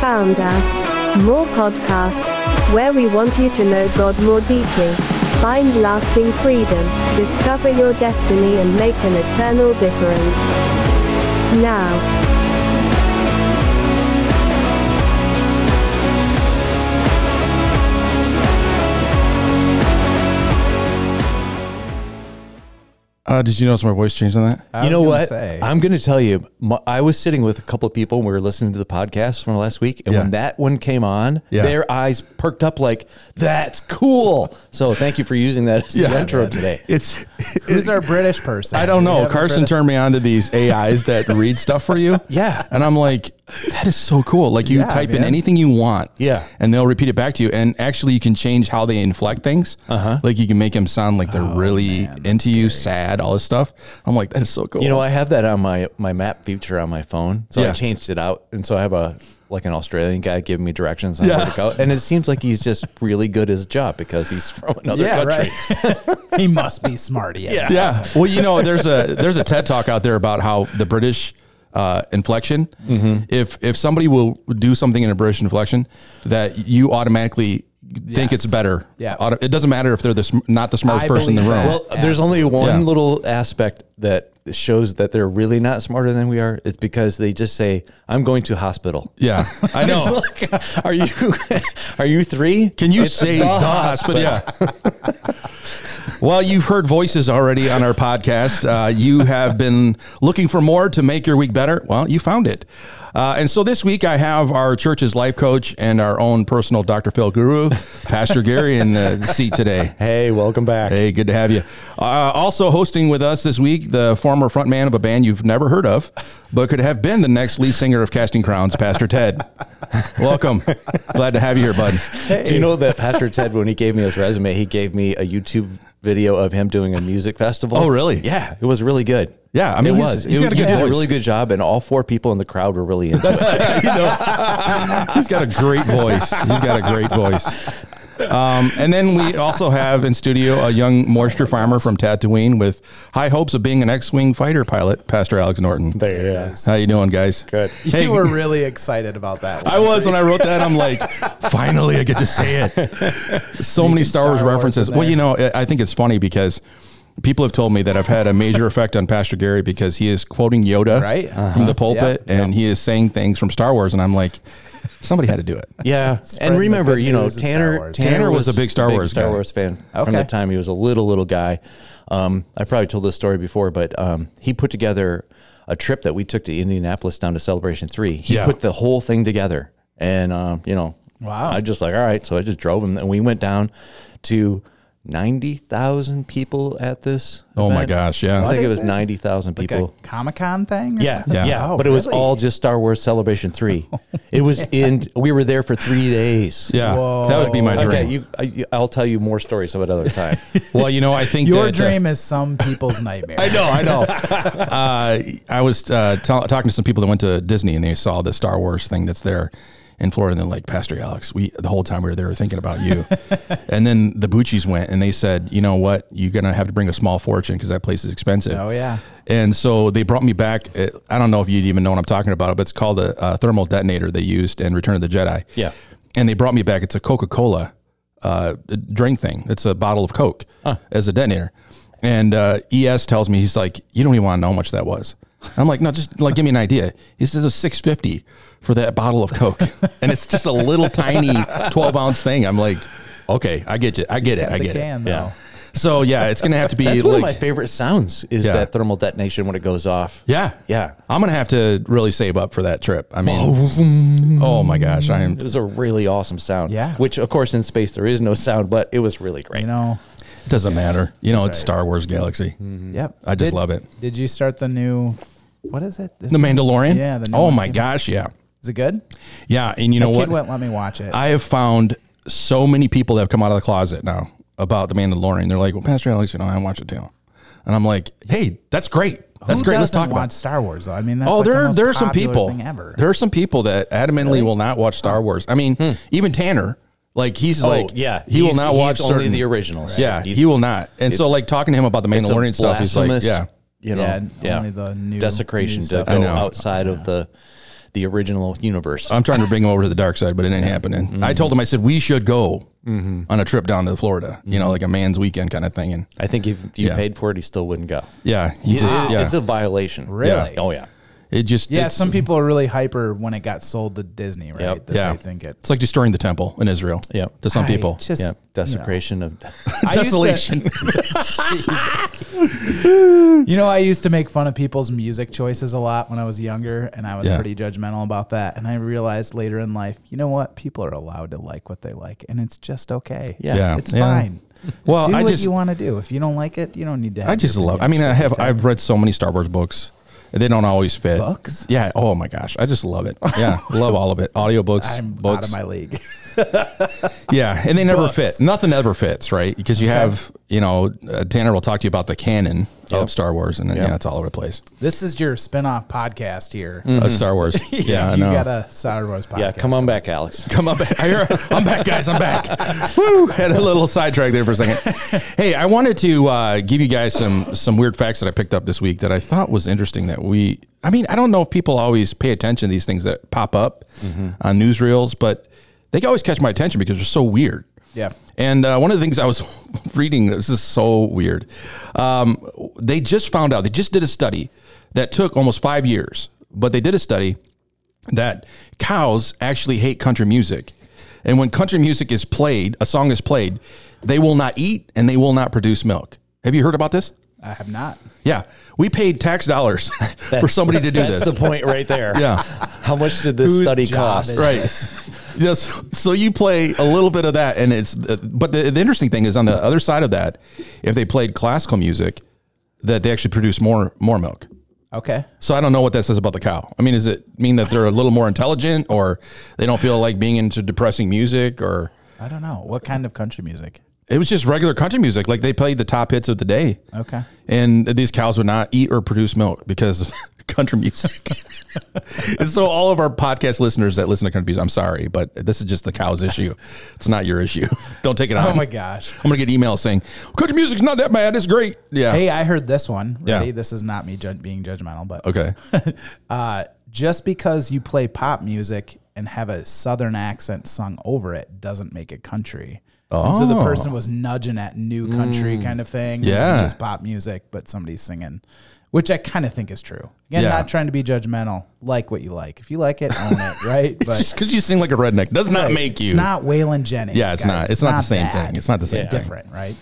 found us. More podcast, where we want you to know God more deeply, find lasting freedom, discover your destiny, and make an eternal difference. Now. Uh, did you notice my voice changed on that? you know what? I'm going to tell you. My, I was sitting with a couple of people and we were listening to the podcast from last week, and Yeah. when that one came on, Yeah. their eyes perked up like, "That's cool." So thank you for using that as the intro today. It's. Who's our British person? I don't Do you know. have a Carson British- turned me on to these AIs that read stuff for you. Yeah. And I'm like, that is so cool. Like you Yeah, type in man. anything you want. Yeah. And they'll repeat it back to you. And actually, you can change how they inflect things. Uh huh. Like you can make them sound like they're really into you, sad, all this stuff. I'm like, that is so cool. You know, I have that on my my map feature on my phone, so I Yeah. changed it out, and so I have a like an Australian guy giving me directions on where to go, and it seems like he's just really good at his job because he's from another Yeah, country. right. he must be smart. Yeah. yeah. Well, you know, there's a there's a TED talk out there about how the British uh, inflection. Mm-hmm. If if somebody will do something in a British inflection, that you automatically think it's Yes. better. Yeah. Auto- it doesn't matter if they're the sm- not the smartest I person in the room. believe that. Well, there's only one Yeah. little aspect that shows that they're really not smarter than we are. It's because they just say, "I'm going to hospital." yeah, I know. Like, are you are you three? Can you say the hospital? Yeah. well, you've heard voices already on our podcast. Uh, you have been looking for more to make your week better. Well, you found it. Uh, and so this week I have our church's life coach and our own personal Dr. Phil Guru, Pastor Gary, in the seat today. Hey, welcome back. Hey, good to have you. Uh, also hosting with us this week, the former frontman of a band you've never heard of, but could have been the next lead singer of Casting Crowns, Pastor Ted. Welcome. Glad to have you here, bud. Do you know that Pastor Ted, when he gave me his resume, he gave me a YouTube video of him doing a music festival? Oh, really? Yeah, it was really good. Yeah, I mean, it he's- was. he's It- got a you good did voice. a really good job, and all four people in the crowd were really into it. you know, he's got a great voice. He's got a great voice. Um, and then we also have in studio a young moisture farmer from Tatooine with high hopes of being an X-wing fighter pilot, Pastor Alex Norton. There it is. How you doing, guys? Good. Hey, You were really excited about that. I was when I wrote that. I'm like, finally, I get to say it. So many Star Wars Star Wars references. in Well, there. you know, I I think it's funny because people have told me that I've had a major effect on Pastor Gary because he is quoting Yoda Right. from the pulpit and he is saying things from Star Wars, and I'm like, somebody had to do it. Yeah, Spreading and the remember, good you know, news of Star Tanner, Wars. Tanner Tanner was a big Star Wars Star guy. Wars fan from the Okay. time he was a little little guy. Um, I probably told this story before, but um, he put together a trip that we took to Indianapolis down to Celebration Three. He Yeah. put the whole thing together, and um, you know, Wow. I just like all right, so I just drove him, and we went down to ninety thousand people at this. Oh my event. gosh, yeah. I What think it is was it? ninety thousand like people. a Comic Con thing. Or Yeah, something? yeah, Yeah. Oh, but it Oh, was really? all just Star Wars Celebration Three. it was in. We were there for three days. Yeah, that would be my dream. Okay, you, I, you- I'll tell you more stories some other time. well, you know, I think Your that, uh, dream is some people's nightmare. I know, I know. uh, I was uh, tell talking to some people that went to Disney and they saw the Star Wars thing that's there in Florida, and they're like, Pastor Alex, we the whole time we were there we were thinking about you. and then the Bucci's went and they said, you know what, you're gonna have to bring a small fortune because that place is expensive. Oh, yeah. And so they brought me back. uh, I don't know if you'd even know what I'm talking about, but it's called a, uh thermal detonator they used in Return of the Jedi. Yeah. And they brought me back. It's a Coca Cola uh, drink thing. It's a bottle of Coke as a detonator. And uh, ES tells me he's like, you don't even want to know how much that was. I'm like, no, just like give me an idea. He says it was 650 for that bottle of Coke, and it's just a little tiny 12 ounce thing. I'm like, okay, I get you, I get it, I The get can it. though. Yeah. So yeah, it's gonna have to be That's like one of my favorite sounds is Yeah. that thermal detonation when it goes off. Yeah. Yeah. I'm going to have to really save up for that trip. I mean, oh my gosh. I am. It was a really awesome sound. Yeah. Which, of course, in space there is no sound, but it was really great. You know. It doesn't matter. You know, it's Star Wars Galaxy. Yep. I just Mm-hmm. Did- love it. Did you start the new? What is it? Is, The Mandalorian. Yeah, the new oh one my came gosh. Yeah. is it good? Yeah. And you know My what? kid won't let me watch it. I have found so many people that have come out of the closet now about the Mandalorian. They're like, well, Pastor Alex, you know, I watch it too. And I'm like, hey, that's great. That's Who great. Let's doesn't talk watch about. it. Star Wars though. I mean, that's Oh, like the there, most there are some popular people. thing ever. Hmm. There are some people that adamantly will not watch Star Wars. I mean, even Tanner, like he's Oh, like, yeah. he will He's- not he's watch only certain- the originals. Yeah, He- he, will not. And so, like talking to him about the It's a Mandalorian stuff, he's like, blasphemous, yeah, You know, Yeah, yeah, only the new- desecration new to stuff. I go know. outside of the the original universe. I'm trying to bring him over to the dark side, but it ain't happening. I Mm-hmm. told him, I said, we should go on a trip down to Florida, you Mm-hmm. know, like a man's weekend kind of thing. And I think if you Yeah. paid for it, he still wouldn't go. yeah, he just, yeah, It's a violation. Really? Yeah. Oh yeah. it just, Yeah, it's, some people are really hyper when it got sold to Disney, right? Yep. That yeah. They think it. it's like destroying the temple in Israel. Yeah. To some I people. just- yeah. no. Desecration of. I used to- Desolation. you know, I used to make fun of people's music choices a lot when I was younger, and I was Yeah. pretty judgmental about that. And I realized later in life, you know what? People are allowed to like what they like, and it's just okay. Yeah. Yeah. it's Yeah. fine. Well, do I what just- you want to do. If you don't like it, you don't need to. Have I just your love. I opinion. mean, I have. I've read so many Star Wars books. and They don't always fit. Books? Yeah. Oh my gosh, I just love it. Yeah, love all of it. Audiobooks, I'm books. out of my league. yeah, and they never Books. fit. Nothing ever fits, right? Because you have, you know, uh, Tanner will talk to you about the canon of Star Wars, and then Yep. yeah, it's all over the place. this is your spin-off podcast here. Of Star Wars. Mm. Yeah, I Mm-hmm. you know. got a Star Wars podcast. yeah. Come on back, Alex. Come up. I hear- I'm back, guys. I'm back. Woo! Had a little sidetrack there for a second. Hey, I wanted to uh, give you guys some some weird facts that I picked up this week that I thought was interesting. That we, I mean, I don't know if people always pay attention to these things that pop up on newsreels, but they always catch my attention because they're so weird. Yeah. And uh, one of the things I was reading, this is so weird. Um, they just found out, they just did a study that took almost five years, but they did a study that cows actually hate country music. And when country music is played, a song is played, they will not eat and they will not produce milk. Have you heard about this? I have not. Yeah. We paid tax dollars for somebody to do That's this. the point right there. yeah. How much did this Whose study job cost? is- right yes so you play a little bit of that and it's uh, but the, the interesting thing is on the other side of that if they played classical music that they actually produce more more milk Okay. so i don't know what that says about the cow i mean does it mean that they're a little more intelligent or they don't feel like being into depressing music or I don't know what kind of country music. it was just regular country music like they played the top hits of the day Okay. and these cows would not eat or produce milk because of country music. and so, all of our podcast listeners that listen to country music, I'm sorry, but this is just the cow's issue. It's not your issue. Don't take it on. Oh my gosh. I'm gonna get emails saying country music's not that bad. It's great. Yeah. Hey, I heard this one. Yeah. Ready? This is not me jud- being judgmental, but Okay. uh, just because you play pop music and have a southern accent sung over it doesn't make it country. And so the Oh. Mm. person was nudging at new country kind of thing. and Yeah. It's just pop music, but somebody's singing, which I kind of think is true. Again, Yeah. not trying to be judgmental. Like what you like. If you like it, own it, right? But just because you sing like a redneck does not make you. it's not Waylon Jennings. yeah, it's guys. not. It's, not, the same bad. thing. It's not the same thing. different, right?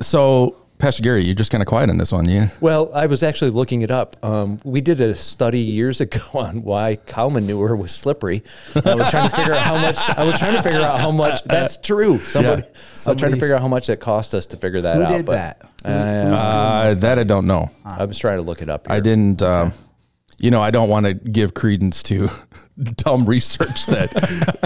So, Pastor Gary, you're just kind of quiet on this one, yeah? Well, I was actually looking it up. Um, we did a study years ago on why cow manure was slippery. And I was trying to figure out how much. I was trying to figure out how much. That's true. Somebody. I was trying Somebody- to figure out how much that cost us to figure that Who out. did but, that? Uh, Uh, that I don't know. I was trying to look it up. I here. didn't. Um, you know, I don't want to give credence to dumb research that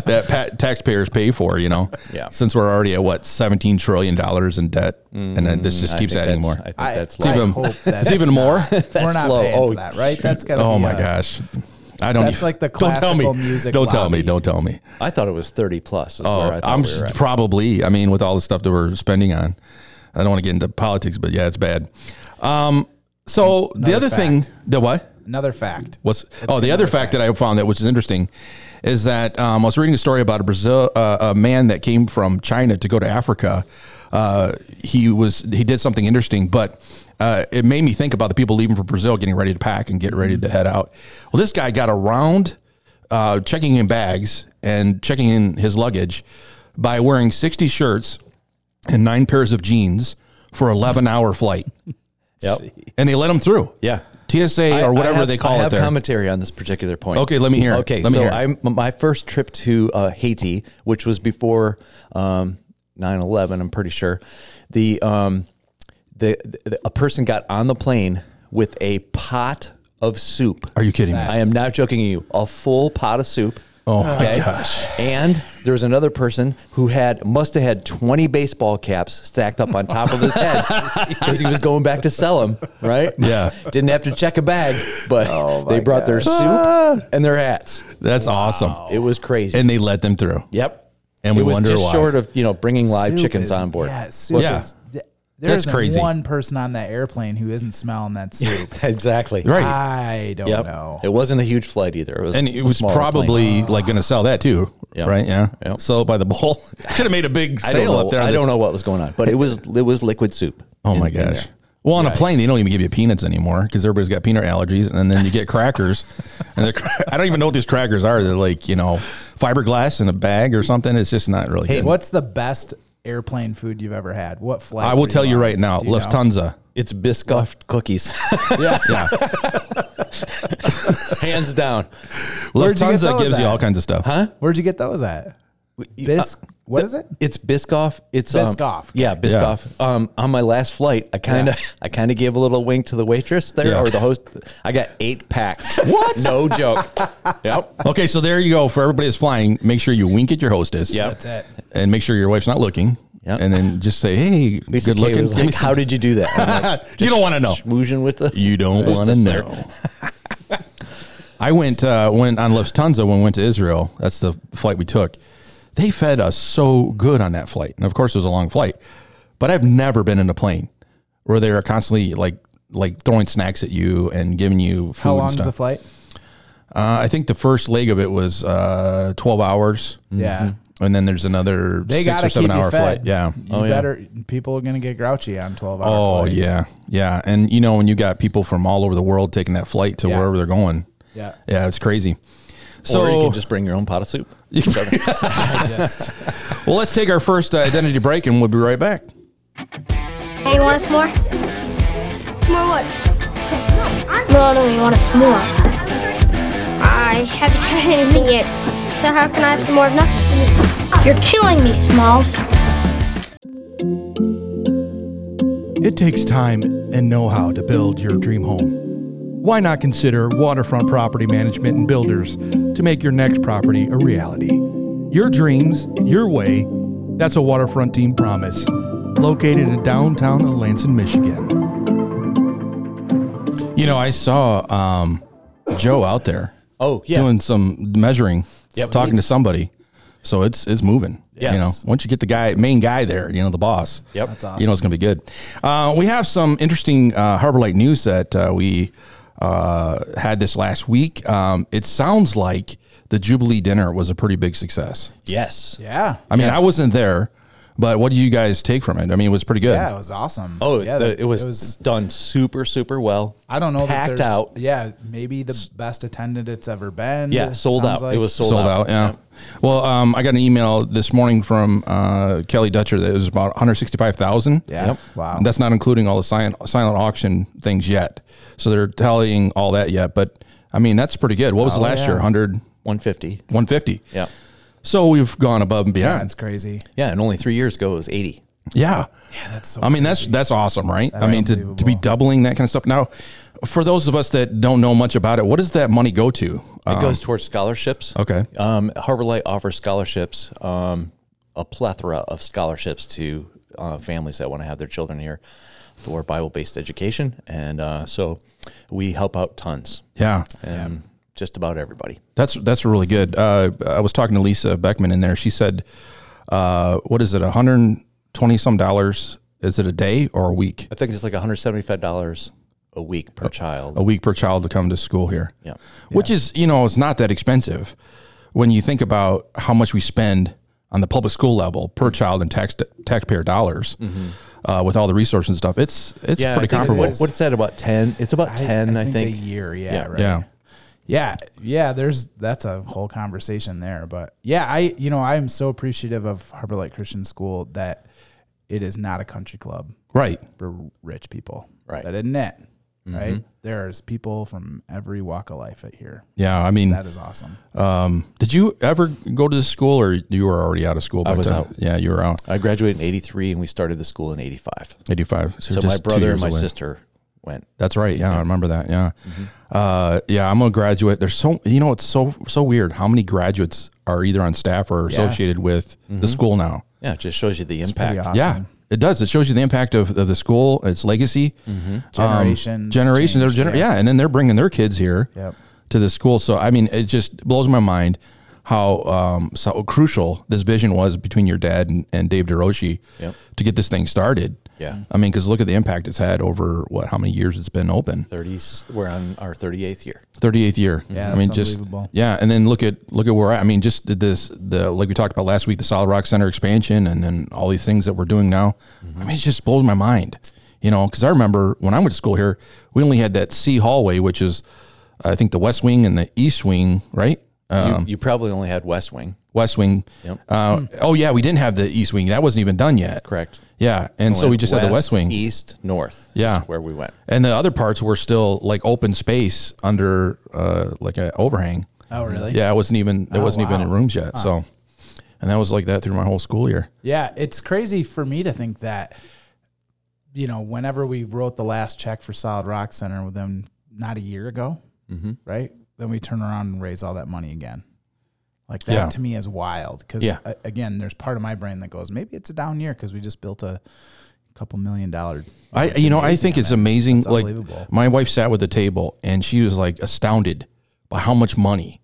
that pa- taxpayers pay for. You know, Yeah. Since we're already at what seventeen trillion dollars in debt, and then this just I keeps think adding that's- more. I think I- that's It's low. I even, hope that it's even it's more. We're not low. paying Oh, for that, right? That's gotta oh be my a- gosh, I don't. That's even- like the don't tell classical me, music Don't tell me. lobby. Don't tell me. I thought it was thirty plus. Is where I Oh, thought I'm we were at. probably. I mean, with all the stuff that we're spending on, I don't want to get into politics, but yeah, it's bad. Um, so the other thing, the what? Another fact. What's oh the other fact that I found that which is interesting is that um, I was reading a story about a Brazil uh, a man that came from China to go to Africa. Uh, he was he did something interesting, but uh, it made me think about the people leaving for Brazil, getting ready to pack and get ready to head out. Well, this guy got around uh, checking in bags and checking in his luggage by wearing sixty shirts and nine pairs of jeans for eleven hour flight, Yep. and they let him through. Yeah. TSA I- or whatever I have- they call I it have there. commentary on this particular point. Okay, let me hear it. Okay, Let me so hear it. I'm my first trip to uh, Haiti, which was before um, 9/11. I'm pretty sure. The um, the, the a person got on the plane with a pot of soup. Are you kidding me? I am not joking you. A full pot of soup. Oh my gosh. And there was another person who had must have had 20 baseball caps stacked up on top of his head because he was going back to sell them, right? Yeah. Didn't have to check a bag, but Oh they brought their soup and their hats. That's awesome. It was crazy. Ah. And they let them through. yep. And we it was wonder just why. short of, you know, bringing live Soup chickens is- on board. Yeah, soup Yeah. is- th- There That's isn't crazy. one person on that airplane who isn't smelling that soup. exactly. Right. I don't Yep. know. It wasn't a huge flight either. It was and it was a smaller plane. probably like going to sell that too, Yeah. right? Yeah, Yeah. sell it by the bowl. Should have made a big I don't sale know- up there. I don't know what was going on, but it was it was liquid soup. Oh my in- in gosh. there. Well, on a plane, they don't even give you peanuts anymore because everybody's got peanut allergies, and then you get crackers, and they're, cra- I don't even know what these crackers are. They're like you know fiberglass in a bag or something. It's just not really good. What's the best airplane food you've ever had? What flight? I were will tell you on? right now, Do you know? Lufthansa. It's Biscoff cookies, Yeah. Yeah, hands down. Where'd you get Lufthansa those gives you at? all kinds of stuff. Where'd you get those at? uh, Bisc. What is it? It's Biscoff. It's um, Biscoff. yeah, Biscoff. Um, on my last flight, I kind of I kind of gave a little wink to the waitress there Yeah. or the host. I got eight packs. what? No joke. yep. Okay, so there you go. For everybody that's flying, make sure you wink at your hostess. Yep. That's it. And make sure your wife's not looking. Yep. And then just say, hey, Lisa good Kay looking. was Give me like, some- How did you do that? I'm like, you don't want to know. schmoozing with the. You don't want to dessert. know. I went uh, went on Lufthansa when we went to Israel. That's the flight we took. They fed us so good on that flight, and of course it was a long flight. But I've never been in a plane where they are constantly like like throwing snacks at you and giving you food. How and long is stuff. the flight? Mm-hmm. Uh, I think the first leg of it was uh, twelve hours, Yeah. and then there's another Mm. They six gotta or seven keep you hour fed. Oh, flight. Yeah. You Oh, better. People are gonna get grouchy on twelve hours. Oh yeah, yeah, and you know when you got people from all over the world taking that flight to Yeah. wherever they're going, Yeah. yeah, it's crazy. So or you can just bring your own pot of soup. I just. Well, let's take our first uh, identity break and we'll be right back. Hey, you want a s'more? S'more what? No, no, you want a s'more. I haven't had anything yet, so how can I have some more of nothing? You're killing me, Smalls. It takes time and know how to build your dream home. Why not consider Waterfront Property Management and Builders to make your next property a reality? Your dreams, your way. That's a Waterfront team promise. Located in downtown Lansing, Michigan. You know, I saw um, Joe out there. Oh, yeah. doing some measuring, Yep. talking to somebody. So it's it's moving. Yes. You know, once you get the guy, main guy there, you know, the boss. Yep. That's You know, it's going to be good. Uh, we have some interesting uh, Harbor Light news that uh, we uh, had this last week. Um, it sounds like the Jubilee dinner was a pretty big success. Yes. Yeah. I mean, I wasn't there, but what do you guys take from it? I mean, it was pretty good. Yeah, it was awesome. Oh, yeah, the- that- it, was done super, super well. I don't know. that Packed there's- out. Yeah, maybe the best attended it's ever been. Yeah, sold sounds out. like. it was sold, sold, out. Yeah. Well, um, I got an email this morning from uh, Kelly Dutcher that it was about 165,000. Yeah. Yep. Wow. That's not including all the silent, silent auction things yet. So they're tallying all that yet. But I mean, that's pretty good. What was the last Oh, yeah. year? 100, 150. 150. Yeah. So we've gone above and beyond. That's crazy. Yeah. And only three years ago, it was 80. Yeah. That's so. I mean, that's that's awesome, right? I mean, to, to be unbelievable. doubling that kind of stuff. Now, for those of us that don't know much about it, what does that money go to? It Uh, goes towards scholarships. okay. Um, Harbor Light offers scholarships, um, a plethora of scholarships to uh, families that want to have their children here for Bible based education. And uh, so we help out tons, Yeah. um, just about everybody. That's that's really good. Uh, I was talking to Lisa Beckman in there. She said, uh, "What is it? One hundred twenty some dollars? Is it a day or a week? I think it's like $175 Oh, a week per child. A week per child to come to school here? Yeah. which is you know it's not that expensive when you think about how much we spend on the public school level Mm-hmm. per child in tax taxpayer dollars uh, with all the resources and stuff. It's it's Yeah, I pretty think- comparable. what- what's that about ten? It's about ten, I, think. a year. Yeah, Yeah. right. yeah, yeah, yeah. There's that's a whole conversation there, but yeah, I you know I am so appreciative of Harbor Light Christian School that it is not a country club right. for rich people. Right. Mm-hmm. that isn't it. Right, there's people from every walk of life at here. Yeah, I mean, That is awesome. um, did you ever go to this school, or you were already out of school? by was the time- out. Yeah, you were out. I graduated in '83, and we started the school in '85. Eighty-five. So just my two brother and years my away. sister Mm-hmm. went. That's right. Yeah, I remember that. Yeah, uh, yeah. I'm a graduate. There's so you know it's so so weird how many graduates are either on staff or associated with Mm-hmm. the school now. Yeah, it just shows you the Pretty impact. awesome. Yeah, Um, it does. It shows you the impact of, of the school, its legacy, Mm-hmm. um, Generations generations. changed, they're gener- yeah. yeah. and then they're bringing their kids here Yep. to the school. So I mean, it just blows my mind how um, so crucial this vision was between your dad and, and Dave DeRoshi Yep. to get this thing started. Yeah. I mean, because look at the impact it's had over what, how many years it's been open? 30s. We're on our 38th year. 38th year. Yeah, I mean, that's just unbelievable. yeah, and then look at look at where I, I mean, just did this the like we talked about last week, the Solid Rock Center expansion, and then all these things that we're doing now. I mean, it just blows my mind, you know, because I remember when I went to school here, we only had that C hallway, which is I think the west wing and the east wing, right? You, Um, you probably only had West Wing. west wing. Yep. Uh, Oh yeah, we didn't have the east wing. That wasn't even done yet. Correct. Yeah, and so we just had the west wing. East, north. Yeah. is where we went. And the other parts were still like open space under uh, like an overhang. Oh, really? Yeah, it wasn't even there Oh, wasn't even wow. in rooms yet. So, and that was like that through my whole school year. Yeah, it's crazy for me to think that, you know, whenever we wrote the last check for Solid Rock Center with them not a year ago, Mm-hmm. right? Then we turn around and raise all that money again. Like that Yeah. to me is wild because Yeah. again, there's part of my brain that goes, maybe it's a down year because we just built a couple million dollar. I you know I think it's amazing. unbelievable. Like my wife sat with the table and she was like astounded by how much money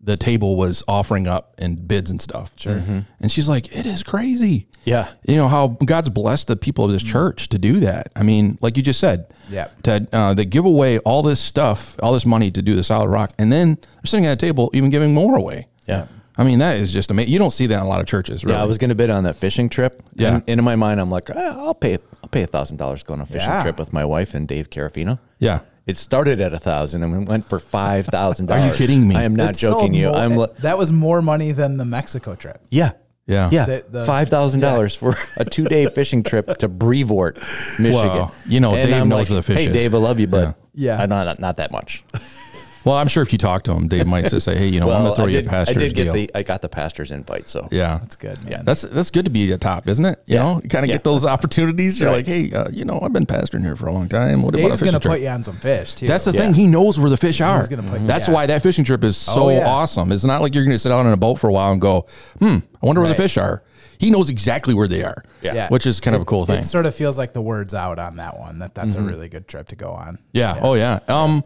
the table was offering up and bids and stuff. Sure. And she's like, it is crazy. Yeah. You know how God's blessed the people of Mm-hmm. this church to do that. I mean, like you just said, Yeah. Ted, uh, they give away all this stuff, all this money to do the solid rock, and then they're sitting at a table even giving more away. Yeah. I mean, that is just amazing. You don't see that in a lot of churches, really. Yeah, I was going to bid on that fishing trip. Yeah. and, and in my mind, I'm like, "Ah, I'll pay, I'll pay a thousand dollars going on a fishing Yeah. trip with my wife and Dave Carafino. Yeah. It started at a thousand and it went for five thousand dollars. Are you kidding me? I am not It sold joking you. more- I'm li- that was more money than the Mexico trip. yeah, Yeah. yeah, The- the- five thousand dollars for a two day fishing trip to Brevoort, Michigan. Wow. You know, Dave knows where the fish hey, is." Dave, I love you, but Yeah. Yeah. I- not not that much. Well, I'm sure if you talk to him, Dave might just say, "Hey, you know, I'm Well, going to throw I you did- a pastor's I did get deal." the I got the pastor's invite, so yeah, That's good. Man. That's that's good to be at top, isn't it? You Yeah. know, you kind of Yeah. get those opportunities. You're Right. like, "Hey, uh, you know, I've been pastoring here for a long time. What about a Dave's fishing gonna trip?" put you on some fish too. that's the Yeah. thing. He knows where the fish are. gonna put you- That's yeah. why that fishing trip is so Oh, yeah. awesome. It's not like you're going to sit out on a boat for a while and go, "Hmm, I wonder where the fish are." He knows exactly where they are. Yeah. Yeah. which is kind of a cool thing. Mm-hmm. It sort of feels like the word's out on that one that that's a really good trip to go on. Yeah. Oh yeah. Um,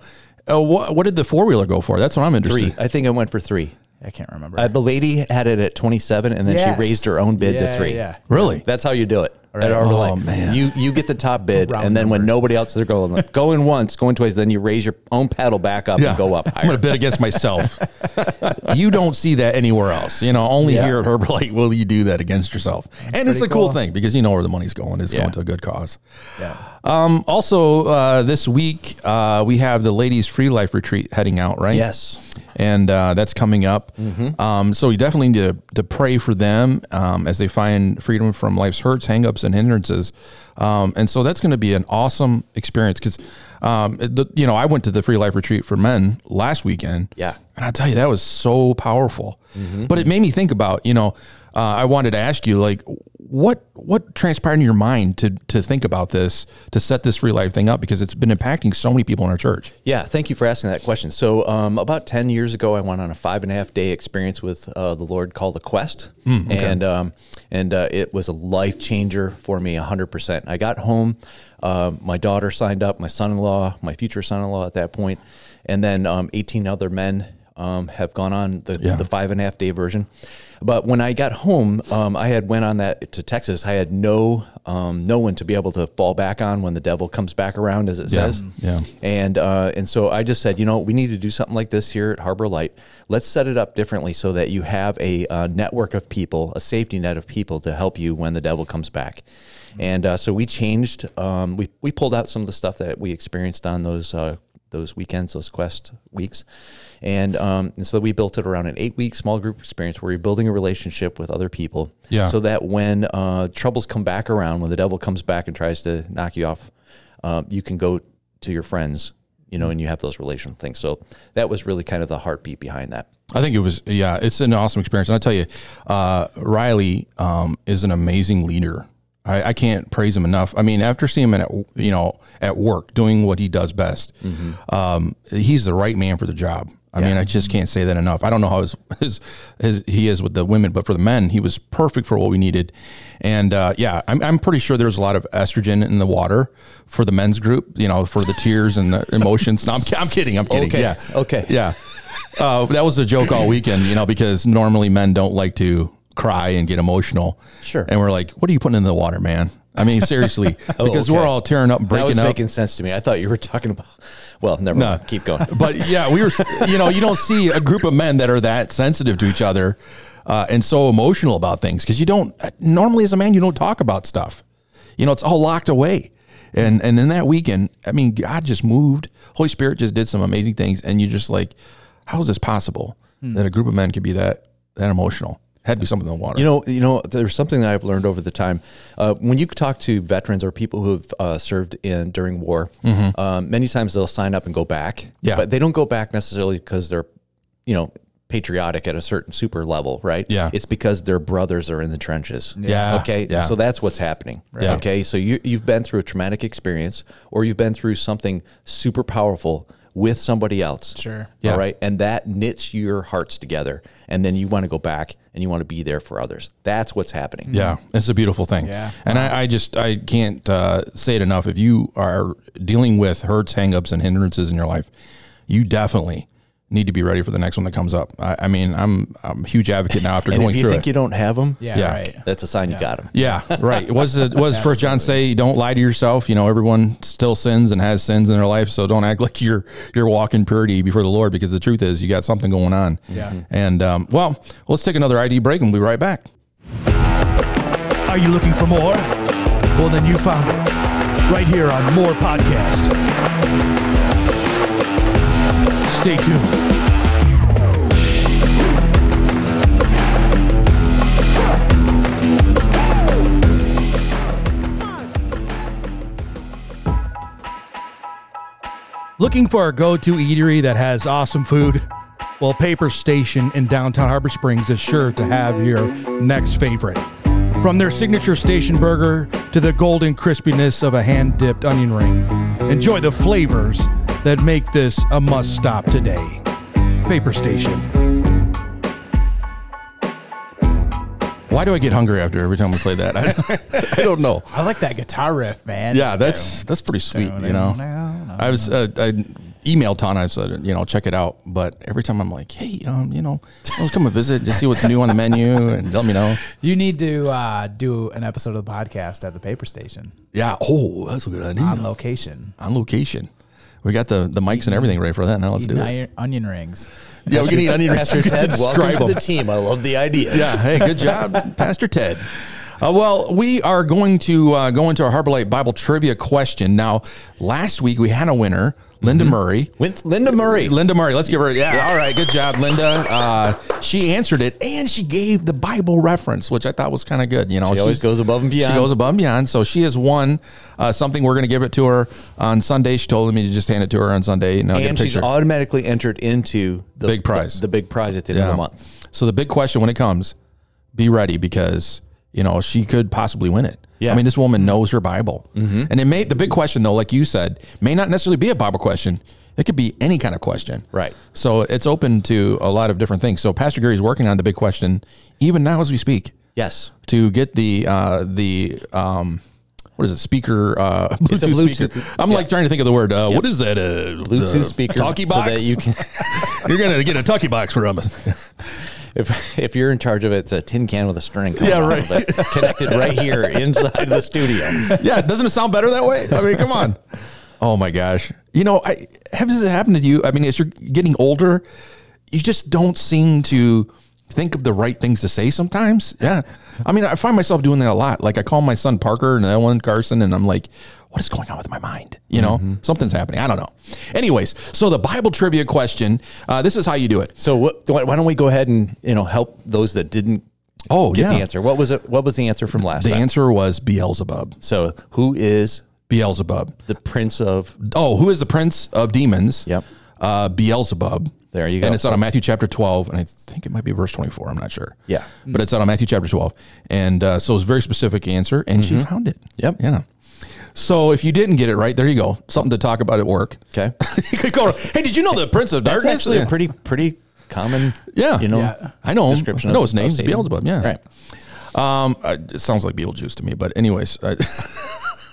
uh, what what did the four wheeler go for? That's what I'm interested. three. I think I went for three. I can't remember. Uh, the lady had it at twenty seven, and then Yes. she raised her own bid Yeah, to three. yeah, yeah. Really? That's how you do it. At Arbor Oh, Lake. man. You you get the top bid, Round and then when numbers. nobody else is going like, going once, going twice, then you raise your own paddle back up and go up I'm higher. going to bet against myself. you don't see that anywhere else. You know, only Yeah. here at Herbalife will you do that against yourself. and it's a pretty cool. cool. thing because you know where the money's going. It's Yeah. going to a good cause. yeah. Um, also, uh, this week uh, we have the Ladies Free Life Retreat heading out, right? Yes. And uh, that's coming up. Um, so you definitely need to, to pray for them um, as they find freedom from life's hurts, hangups, and hindrances. Um, and so that's going to be an awesome experience because, um, it- the, you know, I went to the Free Life Retreat for men last weekend. Yeah. And I'll tell you, that was so powerful. But it made me think about, you know, uh, I wanted to ask you, like, what what transpired in your mind to to think about this, to set this free life thing up? Because it's been impacting so many people in our church. Yeah, thank you for asking that question. So, um, about 10 years ago, I went on a five and a half day experience with uh, the Lord called a quest. Hmm, And, um, and uh, it was a life changer for me 100%. I got home, um, my daughter signed up, my son in law, my future son in law at that point, and then um, 18 other men. Um, have gone on the, Yeah. the five and a half day version, but when I got home, um, I had went on that to Texas. I had no um, no one to be able to fall back on when the devil comes back around, as it Yeah. says Yeah. and uh, and so I just said, you know, we need to do something like this here at Harbor Light. Let's set it up differently so that you have a uh, network of people, a safety net of people to help you when the devil comes back. And uh, so we changed. Um, we we pulled out some of the stuff that we experienced on those. Uh, those weekends, those quest weeks. And, um, and so we built it around an eight week small group experience where you're building a relationship with other people. Yeah. So that when uh, troubles come back around, when the devil comes back and tries to knock you off, um, you can go to your friends, you Mm-hmm. know, and you have those relational things. So that was really kind of the heartbeat behind that. I think it was, yeah, it's an awesome experience. And I tell you, uh, Riley um, is an amazing leader. I, I can't praise him enough. I mean, after seeing him at you know at work doing what he does best, Mm-hmm. um, he's the right man for the job. I mean, I just can't say that enough. I don't know how his, his, his he is with the women, but for the men, he was perfect for what we needed. And uh, yeah, I'm, I'm pretty sure there was a lot of estrogen in the water for the men's group. You know, for the tears and the emotions. No, I'm, ki- I'm kidding. I'm kidding. Okay, Yeah. okay. Yeah. Uh, that was a joke all weekend, you know, because normally men don't like to cry and get emotional. Sure. And we're like, what are you putting in the water, man? I mean, seriously, Oh, because we're okay. all tearing up, and that breaking was up. making sense to me. I thought you were talking about. Well, never No. mind. Keep going. but yeah, we were, you know, you don't see a group of men that are that sensitive to each other uh, and so emotional about things because you don't normally as a man you don't talk about stuff. You know, it's all locked away. And and then that weekend, I mean, God just moved. Holy Spirit just did some amazing things, and you're just like, how is this possible that a group of men could be that that emotional? Had to be something in the water. You know, you know, there's something that I've learned over the time. Uh, when you talk to veterans or people who have uh, served in during war, um, many times they'll sign up and go back. Mm-hmm. Yeah. but they don't go back necessarily because they're, you know, patriotic at a certain super level, right? Yeah. it's because their brothers are in the trenches. Yeah. Okay. Yeah. So that's what's happening. Yeah. Okay. So you you've been through a traumatic experience, or you've been through something super powerful with somebody else. Sure. Yeah. All right. And that knits your hearts together. And then you want to go back and you want to be there for others. That's what's happening. Yeah, it's a beautiful thing. Yeah. and I, I just I can't uh, say it enough. If you are dealing with hurts, hangups, and hindrances in your life, you definitely need to be ready for the next one that comes up. I, I mean, I'm I'm a huge advocate now after And going if you through think it. you don't have them, Yeah, Yeah. right. that's a sign you got them. yeah, right. It Was it was First John say, "Don't lie to yourself." You know, everyone still sins and has sins in their life, so don't act like you're you're walking purity before the Lord, because the truth is you got something going on. Yeah. Mhm. and um, well, let's take another ID break and we'll be right back. Are you looking for more? Well, then you found it. Right here on More Podcast. Stay tuned. Looking for a go to eatery that has awesome food? Well, Paper Station in downtown Harbor Springs is sure to have your next favorite. From their signature station burger to the golden crispiness of a hand dipped onion ring, enjoy the flavors that make this a must stop today. Paper Station. Why do I get hungry after every time we play that? I, I don't know. I like that guitar riff, man. Yeah, that's that's pretty sweet. You know, I was uh, I emailed Tana. I said, you know, check it out. But every time I'm like, hey, um, you know, I'll come and visit, just see what's new on the menu, and let me know. You need to uh, do an episode of the podcast at the paper station Yeah. Oh, that's a good idea. on location. on location, we got the the mics and everything ready for that. Now let's do Eating it. iron, onion rings. Yeah, we can eat onion Pastor Ted, welcome Describe to the them. team. I love the idea. Yeah. Hey, good job, Pastor Ted. Uh, well, we are going to uh, go into our Harborlight Bible trivia question now. Last week we had a winner, Linda Mm-hmm. Murray. With Linda Murray. Linda Murray. Let's give her. Yeah, All right. Good job, Linda. Uh, she answered it, and she gave the Bible reference, which I thought was kind of good. You know, She always She's- goes above and beyond. She goes above and beyond. So she has won uh, something. We're going to give it to her on Sunday. She told me to just hand it to her on Sunday, and I'll get And a she's picture. automatically entered into the Big prize. The, big prize at the end of Yeah. the month. So the big question when it comes, be ready because you know she could possibly win it. Yeah. Mm-hmm. I mean, this woman knows her Bible, and it may the big question though, like you said, may not necessarily be a Bible question. It could be any kind of question, Right. So it's open to a lot of different things. So Pastor Gary's working on the big question even now as we speak Yes. to get the uh, the um, what is it speaker uh, Bluetooth, It's a speaker. Bluetooth- I'm like trying to think of the word. Uh, What is that? Uh, Bluetooth uh, speaker talkie so box. that you can You're gonna get a talkie box from us. if if you're in charge of it, it's a tin can with a string coming Yeah, out right. of it, connected right here inside the studio. yeah, doesn't it sound better that way? I mean, come on. Oh my gosh. You know, I have this happened to you? I mean, as you're getting older, you just don't seem to think of the right things to say sometimes. Yeah. I mean, I find myself doing that a lot. Like I call my son Parker and the other one Carson, and I'm like, what is going on with my mind? You know, something's happening. I don't know. Anyways, so the Bible trivia question, uh, this is how you do it. So what, why why don't we go ahead and you know help those that didn't Oh, get yeah. the answer? What was it? What was the answer from last The time? answer was Beelzebub. So who is Beelzebub. the prince of? oh, who is the prince of demons? Yep. Uh, Beelzebub. There you go. And it's out of Matthew chapter 12, and I think it might be verse 24. I'm not sure. Yeah. But it's out of Matthew chapter 12. And uh, so it's a very specific answer, and she found it. Mm-hmm. Yep. Yeah. So if you didn't get it right, there you go. Something to talk about at work. Okay, You could go, hey, did you know the prince of that's darkness? actually Yeah. a pretty pretty common. Yeah. you know, Yeah. I know him. description I know of- his name. of It's Satan. Beelzebub. Yeah. Right. Um, I, it sounds like Beetlejuice to me, but anyways, I,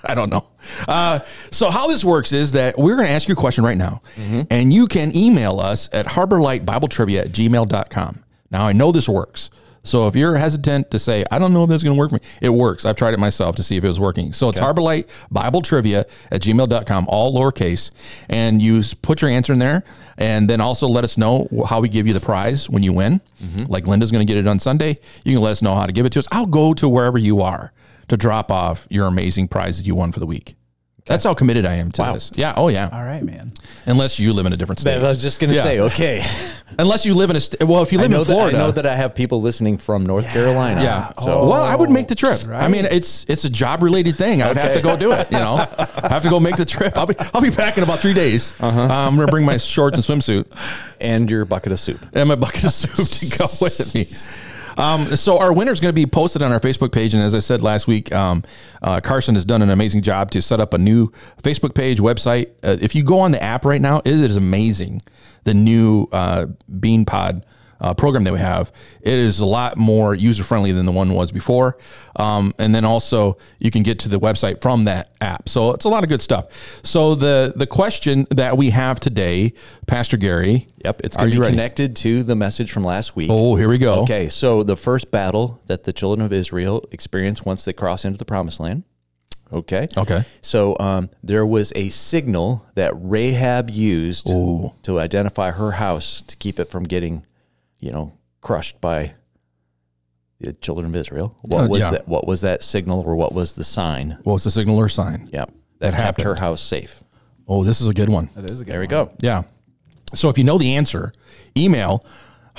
I don't know. Uh, so how this works is that we're going to ask you a question right now, and you can email us at harborlightbibletrivia at gmail.com. Now I know this works. So if you're hesitant to say, I don't know if this is going to work for me, it works. I've tried it myself to see if it was working. So it's Harborlight Bible Trivia at gmail.com, all lowercase. And you s- put your answer in there. And then also let us know wh- how we give you the prize when you win. Like Linda's going to get it on Sunday. You can let us know how to give it to us. I'll go to wherever you are to drop off your amazing prize that you won for the week. That's how committed I am to this. Yeah. Oh, yeah. All right, man. Unless you live in a different state. I was just gonna Yeah. say, okay. Unless you live in a st- well, if you I live know, in Florida, That, Ah, I know that I have people listening from North Carolina. yeah. Oh. So well, I would make the trip. I right. mean, it's it's a job related thing. I would have to go do it. You know, I have to go make the trip. I'll be I'll be back in about three days. Uh-huh. I'm gonna bring my shorts and swimsuit and your bucket of soup. and my bucket of soup to go with me. Um, so our winner is going to be posted on our Facebook page, and as I said last week, um, uh, Carson has done an amazing job to set up a new Facebook page website. Uh, if you go on the app right now, it is amazing. The new uh, Bean Pod. Uh, program that we have it is a lot more user friendly than the one was before um, and then also you can get to the website from that app so it's a lot of good stuff so the the question that we have today pastor gary Yep, it's are going to you be ready? connected to the message from last week. Oh, here we go. Okay, so the first battle that the children of Israel experience once they cross into the promised land. Okay. Okay. So um, there was a signal that Rahab used to identify her house to keep it from getting, you know, crushed by the children of Israel. What Uh, was yeah. that? What was that signal, or what was the sign? Well, it's a signal or sign. Yep, that, kept her house safe. Oh, this is a good one. That is a good There we one. go. Yeah. So if you know the answer, email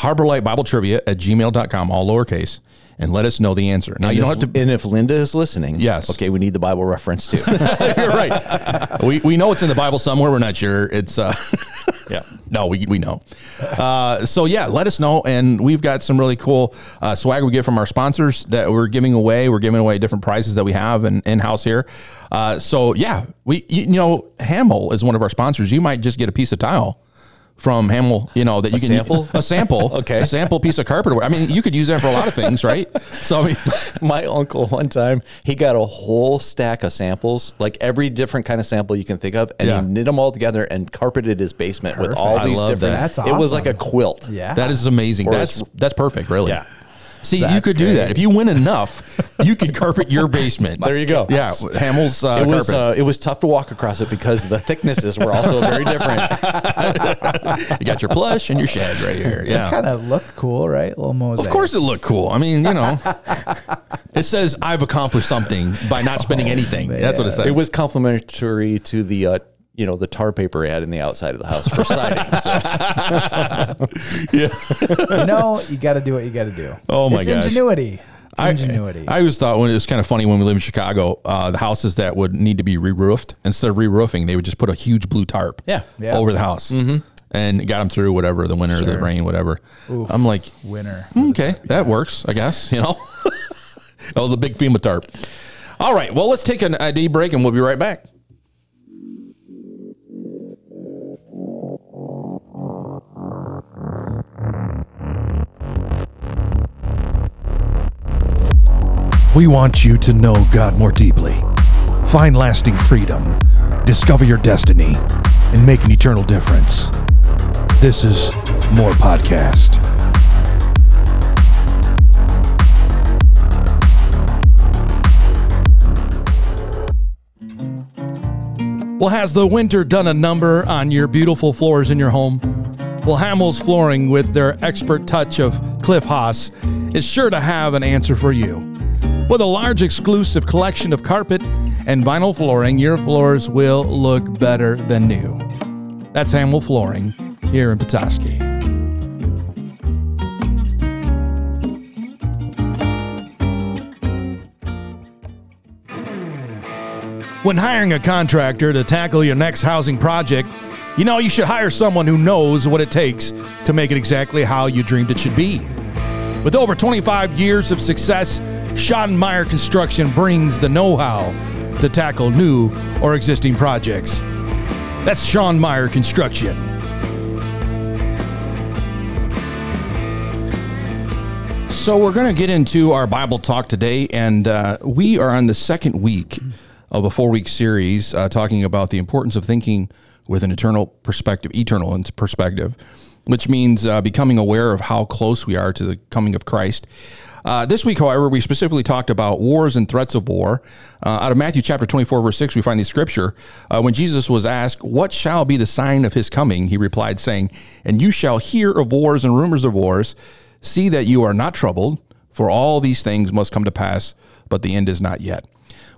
harborlightbibletrivia at gmail.com, all lowercase, and let us know the answer. Now, you don't have to. And if Linda is listening, Yes. Okay, we need the Bible reference too. You're right. We, we know it's in the Bible somewhere. We're not sure. It's. Uh, yeah. No, we, we know. Uh, so yeah, let us know, and we've got some really cool uh, swag we get from our sponsors that we're giving away. We're giving away different prizes that we have in in house here. Uh, so yeah, we you, you know Hamel is one of our sponsors. You might just get a piece of tile from Hamel, you know that you can sample? a sample, Okay. a sample piece of carpet. I mean, you could use that for a lot of things, right? So I mean, My uncle one time he got a whole stack of samples, like every different kind of sample you can think of, and Yeah. he knit them all together and carpeted his basement with all Perfect. I these love different. that. That's It was awesome. like a quilt. Yeah. that is amazing. Or That's it's- that's perfect, really. Yeah. See, you That's could do great. that if you win enough. You could carpet your basement. There you go. Yeah, Hamel's uh, It was carpet. uh, it was tough to walk across it because the thicknesses were also very different. uh, you got your plush and your shag right here. Yeah. Kind of look cool, right? little mosaic. Of course, it looked cool. I mean, you know, it says I've accomplished something by not spending anything. That's what it says. Oh, It was complimentary to the uh, you know the tar paper ad in the outside of the house for siding. So you know, you got to do what you got to do. Oh, my it's gosh. ingenuity. It's I- ingenuity. I, always thought when it was kind of funny when we lived in Chicago, uh, the houses that would need to be re-roofed instead of re-roofing, they would just put a huge blue tarp Yeah. Mm-hmm. Yeah. over the house and it got them through whatever the winter, the rain, whatever. I'm like, Winner. okay, that works, I guess. You know, oh, the big FEMA tarp. All right, well, let's take an ID break and we'll be right back. We want you to know God more deeply, find lasting freedom, discover your destiny, and make an eternal difference. This is More Podcast. Well, has the winter done a number on your beautiful floors in your home? Well, Hamel's Flooring, with their expert touch of Cliff Haas, is sure to have an answer for you. With a large exclusive collection of carpet and vinyl flooring, your floors will look better than new. That's Hamel Flooring here in Petoskey. When hiring a contractor to tackle your next housing project, you know you should hire someone who knows what it takes to make it exactly how you dreamed it should be. With over 25 years of success, Schottenmeyer Construction brings the know how to tackle new or existing projects. That's Sean Meyer Construction. So we're going to get into our Bible talk today, and uh, we are on the second week of a four-week series uh, talking about the importance of thinking with an eternal perspective, eternal and perspective. which means uh, becoming aware of how close we are to the coming of Christ. Uh, this week, however, we specifically talked about wars and threats of war. Uh, out of Matthew chapter 24, verse 6, we find the scripture. Uh, when Jesus was asked, What shall be the sign of his coming? He replied, saying, And you shall hear of wars and rumors of wars. See that you are not troubled, for all these things must come to pass, but the end is not yet.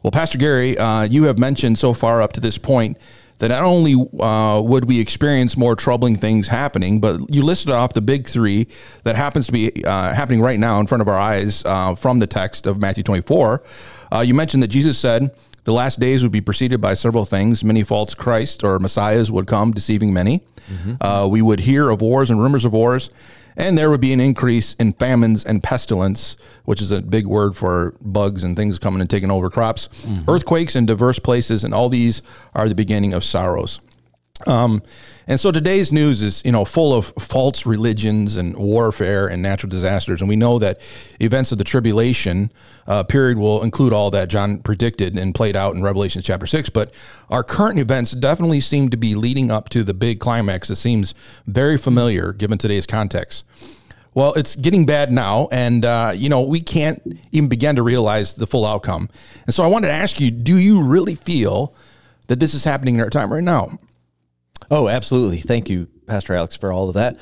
Well, Pastor Gary, uh, you have mentioned so far up to this point that not only uh, would we experience more troubling things happening, but you listed off the big three that happens to be uh, happening right now in front of our eyes uh, from the text of Matthew 24. Uh, you mentioned that Jesus said the last days would be preceded by several things. Many false Christ or messiahs would come, deceiving many. Uh, we would hear of wars and rumors of wars, and there would be an increase in famines and pestilence, which is a big word for bugs and things coming and taking over crops, earthquakes in diverse places, and all these are the beginning of sorrows. Um, and so today's news is, you know, full of false religions and warfare and natural disasters. And we know that events of the tribulation uh, period will include all that John predicted and played out in Revelation chapter six. But our current events definitely seem to be leading up to the big climax that seems very familiar given today's context. Well, it's getting bad now, and uh, you know we can't even begin to realize the full outcome. And so I wanted to ask you: Do you really feel that this is happening in our time right now? Oh, absolutely. Thank you, Pastor Alex, for all of that.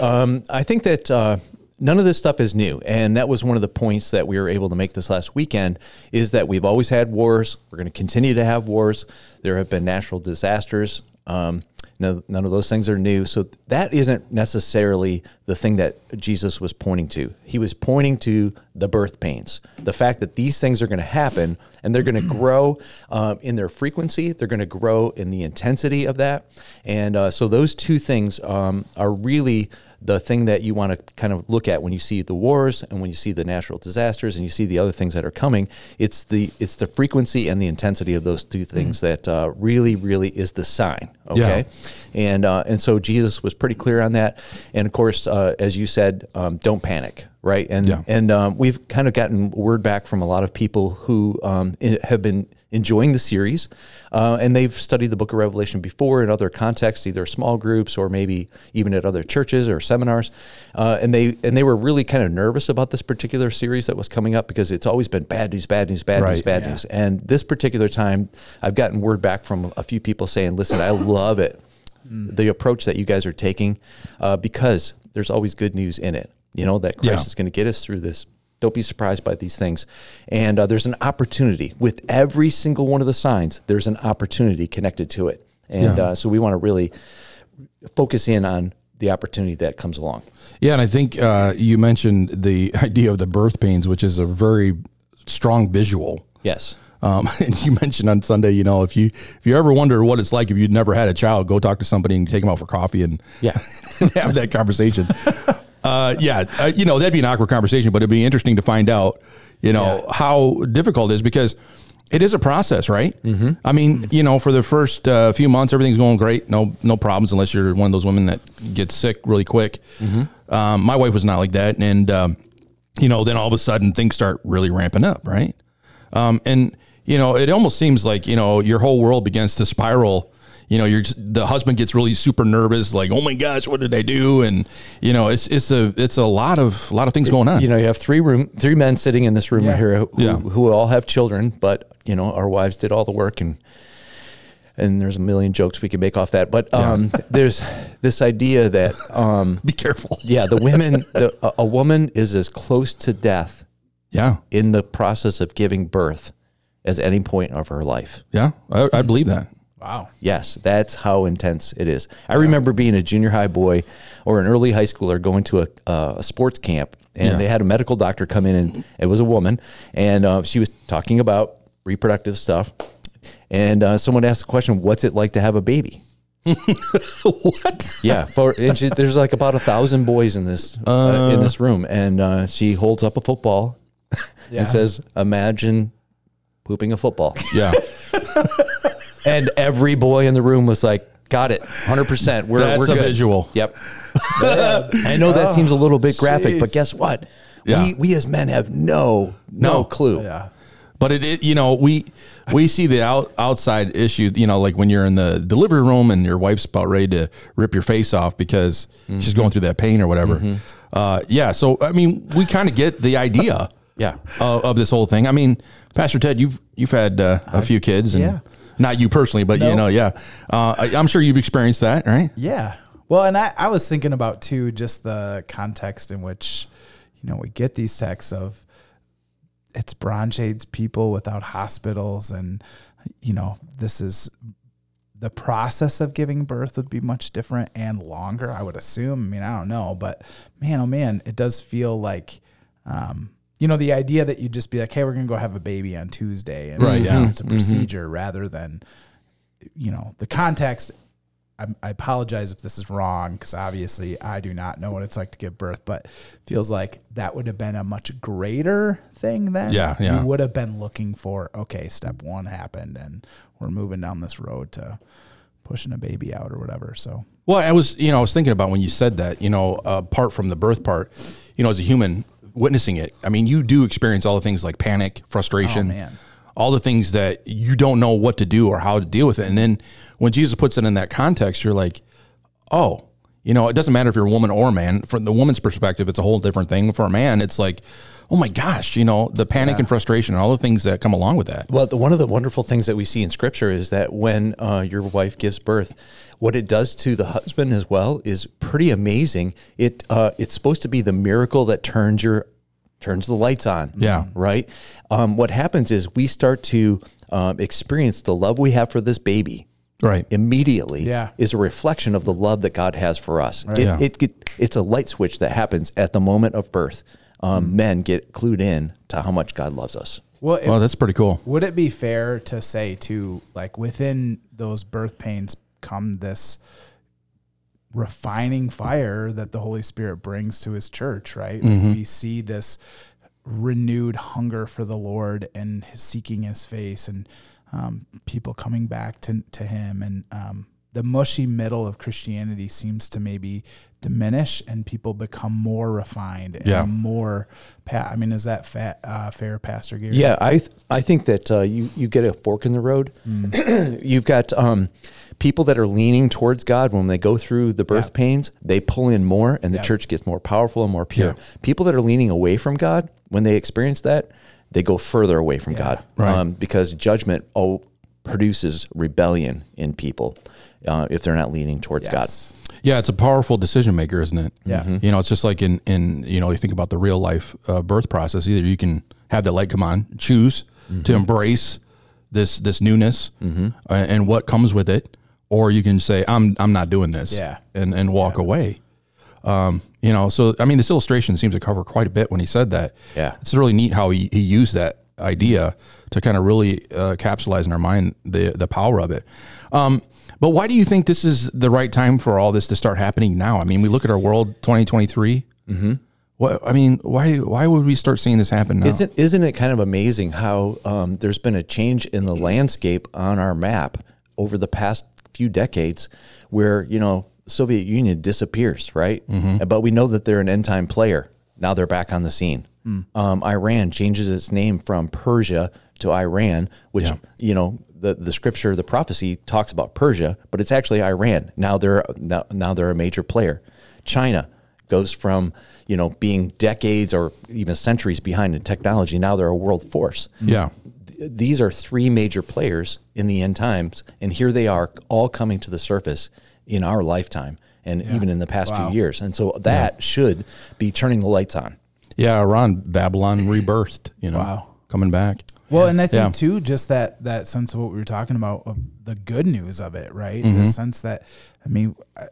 Um, I think that uh, none of this stuff is new, and that was one of the points that we were able to make this last weekend. Is that we've always had wars. We're going to continue to have wars. There have been natural disasters. Um, no, none of those things are new. So that isn't necessarily the thing that Jesus was pointing to. He was pointing to the birth pains, the fact that these things are going to happen and they're going to grow um, in their frequency, they're going to grow in the intensity of that. And uh, so those two things um, are really the thing that you want to kind of look at when you see the wars and when you see the natural disasters and you see the other things that are coming it's the it's the frequency and the intensity of those two things that uh, really really is the sign okay and uh, and so jesus was pretty clear on that and of course uh, as you said um, don't panic right and Yeah. and um, we've kind of gotten word back from a lot of people who um, in, have been enjoying the series uh, and they've studied the book of revelation before in other contexts either small groups or maybe even at other churches or seminars uh, and they and they were really kind of nervous about this particular series that was coming up because it's always been bad news bad news bad news Right. bad news and this particular time i've gotten word back from a few people saying listen i love it Mm. the approach that you guys are taking uh, because there's always good news in it you know that christ Yeah. is going to get us through this don't be surprised by these things and uh, there's an opportunity with every single one of the signs there's an opportunity connected to it and Yeah. uh, so we want to really focus in on the opportunity that comes along Yeah, and I think uh, you mentioned the idea of the birth pains, which is a very strong visual. yes Um, and you mentioned on Sunday, you know, if you if you ever wonder what it's like if you'd never had a child, go talk to somebody and take them out for coffee and Yeah. have that conversation. uh, yeah, uh, you know that'd be an awkward conversation, but it'd be interesting to find out, you know, how difficult it is because it is a process, right? Mm-hmm. I mean, you know, for the first uh, few months, everything's going great, no no problems, unless you're one of those women that gets sick really quick. Um, my wife was not like that, and um, you know, then all of a sudden things start really ramping up, right? Um, and you know, it almost seems like you know your whole world begins to spiral. You know, you're just- the husband gets really super nervous, like, "Oh my gosh, what did I do?" And you know, it's it's a it's a lot of lot of things going on. you know you have three room three men sitting in this room right Yeah. here who, Yeah. who all have children but you know our wives did all the work and and there's a million jokes we could make off that but um there's this idea that um be careful. yeah the women the, a- a woman is as close to death yeah, in the process of giving birth as any point of her life yeah. I, I believe that. Wow. Yes, that's how intense it is. I remember being a junior high boy or an early high schooler going to a, uh, a sports camp, and Yeah. they had a medical doctor come in, and it was a woman, and uh, she was talking about reproductive stuff. And uh, someone asked the question, What's it like to have a baby? what? Yeah, for, and she, there's like about a thousand boys in this uh, in this room, and uh, she holds up a football Yeah. and says, "Imagine pooping a football." Yeah, and every boy in the room was like, "Got it, hundred percent. We're That's we're a good." visual. Yep. I know that seems a little bit graphic, but jeez. guess what? Yeah. We we as men have no no, No. clue. Yeah. but But it, it you know, we we see the out, outside issue, you know, like when you're in the delivery room and your wife's about ready to rip your face off because she's going through that pain or whatever. Uh, yeah. So I mean, we kind of get the idea. Yeah. Of, of this whole thing. I mean, Pastor Ted, you've you've had uh, a few kids, and yeah. not you personally, but you No. know, yeah. Uh, I, I'm sure you've experienced that, right? Yeah. Well, and I, I was thinking about too just the context in which, you know, we get these texts of it's Bronze Age people without hospitals and you know, this is the process of giving birth would be much different and longer, I would assume. I mean, I don't know, but man, oh man, it does feel like um you know, the idea that you just be like, hey, we're gonna go have a baby on Tuesday and Right, yeah. Mm-hmm. it's a procedure rather than you know, the context I, I apologize if this is wrong because obviously I do not know what it's like to give birth, but feels like that would have been a much greater thing then. Yeah, yeah. You would have been looking for okay, step one happened, and we're moving down this road to pushing a baby out or whatever. So Well, I was, you know, I was thinking about when you said that, you know, uh, apart from the birth part, you know, as a human witnessing it, I mean, you do experience all the things like panic, frustration, Oh, man. all the things that you don't know what to do or how to deal with it. And then when Jesus puts it in that context, you're like, oh, you know, it doesn't matter if you're a woman or a man. From the woman's perspective, it's a whole different thing. For a man, it's like, oh my gosh, you know, the panic and frustration and all the things that come along with that. Well, the, one of the wonderful things that we see in Scripture is that when uh, your wife gives birth, what it does to the husband as well is pretty amazing. It uh, it's supposed to be the miracle that turns your turns the lights on. Yeah. right. Um, what happens is we start to um, experience the love we have for this baby Right. immediately Yeah. is a reflection of the love that God has for us. It, Yeah. it, it- it's a light switch that happens at the moment of birth. Um, men get clued in to how much God loves us. well, it, Well, that's pretty cool. would it be fair to say too, like within those birth pains come this refining fire that the Holy Spirit brings to his church, right? Like, we see this renewed hunger for the Lord and his seeking his face and um, people coming back to, to him. And um, the mushy middle of Christianity seems to maybe diminish and people become more refined and Yeah. more, pa- I mean, is that fat, uh, fair pastor Gary? Yeah, I th- I think that uh, you you get a fork in the road. You've got um, people that are leaning towards God when they go through the birth pains, they pull in more, and the church gets more powerful and more pure. People that are leaning away from God when they experience that, they go further away from God um, right. because judgment oh, produces rebellion in people uh, if they're not leaning towards Yes. Yeah, it's a powerful decision maker, isn't it? Yeah. Mhm. You know, it's just like in in you know, you think about the real life uh, birth process. Either you can have that light come on, choose Mm-hmm. to embrace this this newness uh, and what comes with it, or you can say, "I'm I'm not doing this," Yeah. and and walk away. Um, you know, so I mean, this illustration seems to cover quite a bit when he said that. Yeah. it's really neat how he, he used that idea to kind of really uh, capsulize in our mind the the power of it. Um, but why do you think this is the right time for all this to start happening now? I mean, we look at our world, twenty twenty three. Mm-hmm. What I mean, why why would we start seeing this happen now? Isn't isn't it kind of amazing how um, there's been a change in the landscape on our map over the past few decades, where you know Soviet Union disappears, right? But we know that they're an end time player. Now they're back on the scene. Um, Iran changes its name from Persia to Iran, which you know the the scripture, the prophecy talks about Persia, but it's actually Iran. Now they're now, now they're a major player. China goes from you know being decades or even centuries behind in technology now they're a world force yeah, Th- these are three major players in the end times and here they are all coming to the surface in our lifetime and even in the past Wow. few years and so that should be turning the lights on yeah, Iran, Babylon rebirthed. You know, Wow. coming back. Well, and I think Yeah. too, just that that sense of what we were talking about of the good news of it, right? The sense that, I mean, I,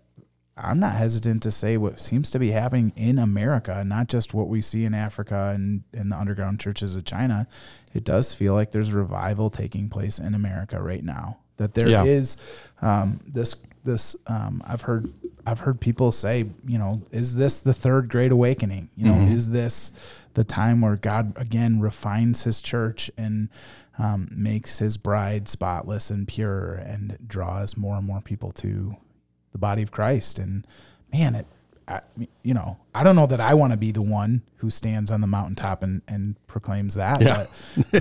I'm not hesitant to say what seems to be happening in America, and not just what we see in Africa and in the underground churches of China. It does feel like there's revival taking place in America right now. That there is Yeah. um, this this um, I've heard I've heard people say, you know, is this the third great awakening? You know, is this the time where God again refines His church and um, makes His bride spotless and pure and draws more and more people to the body of Christ? And man, it I, you know, I don't know that I want to be the one who stands on the mountaintop and, and proclaims that. Yeah. But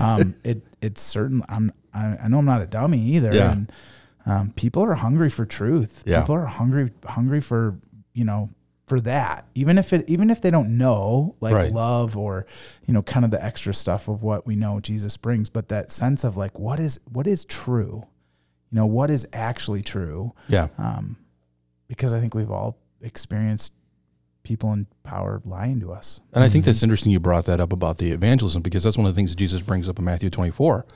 um, it it's certain. I'm I, I know I'm not a dummy either. Yeah. And um, people are hungry for truth. Yeah. People are hungry hungry for you know for that. Even if it even if they don't know like Right. love or you know kind of the extra stuff of what we know Jesus brings, but that sense of like what is what is true. You know what is actually true Yeah. um, because I think we've all experienced people in power lying to us. And I think that's interesting you brought that up about the evangelism because that's one of the things that Jesus brings up in Matthew 24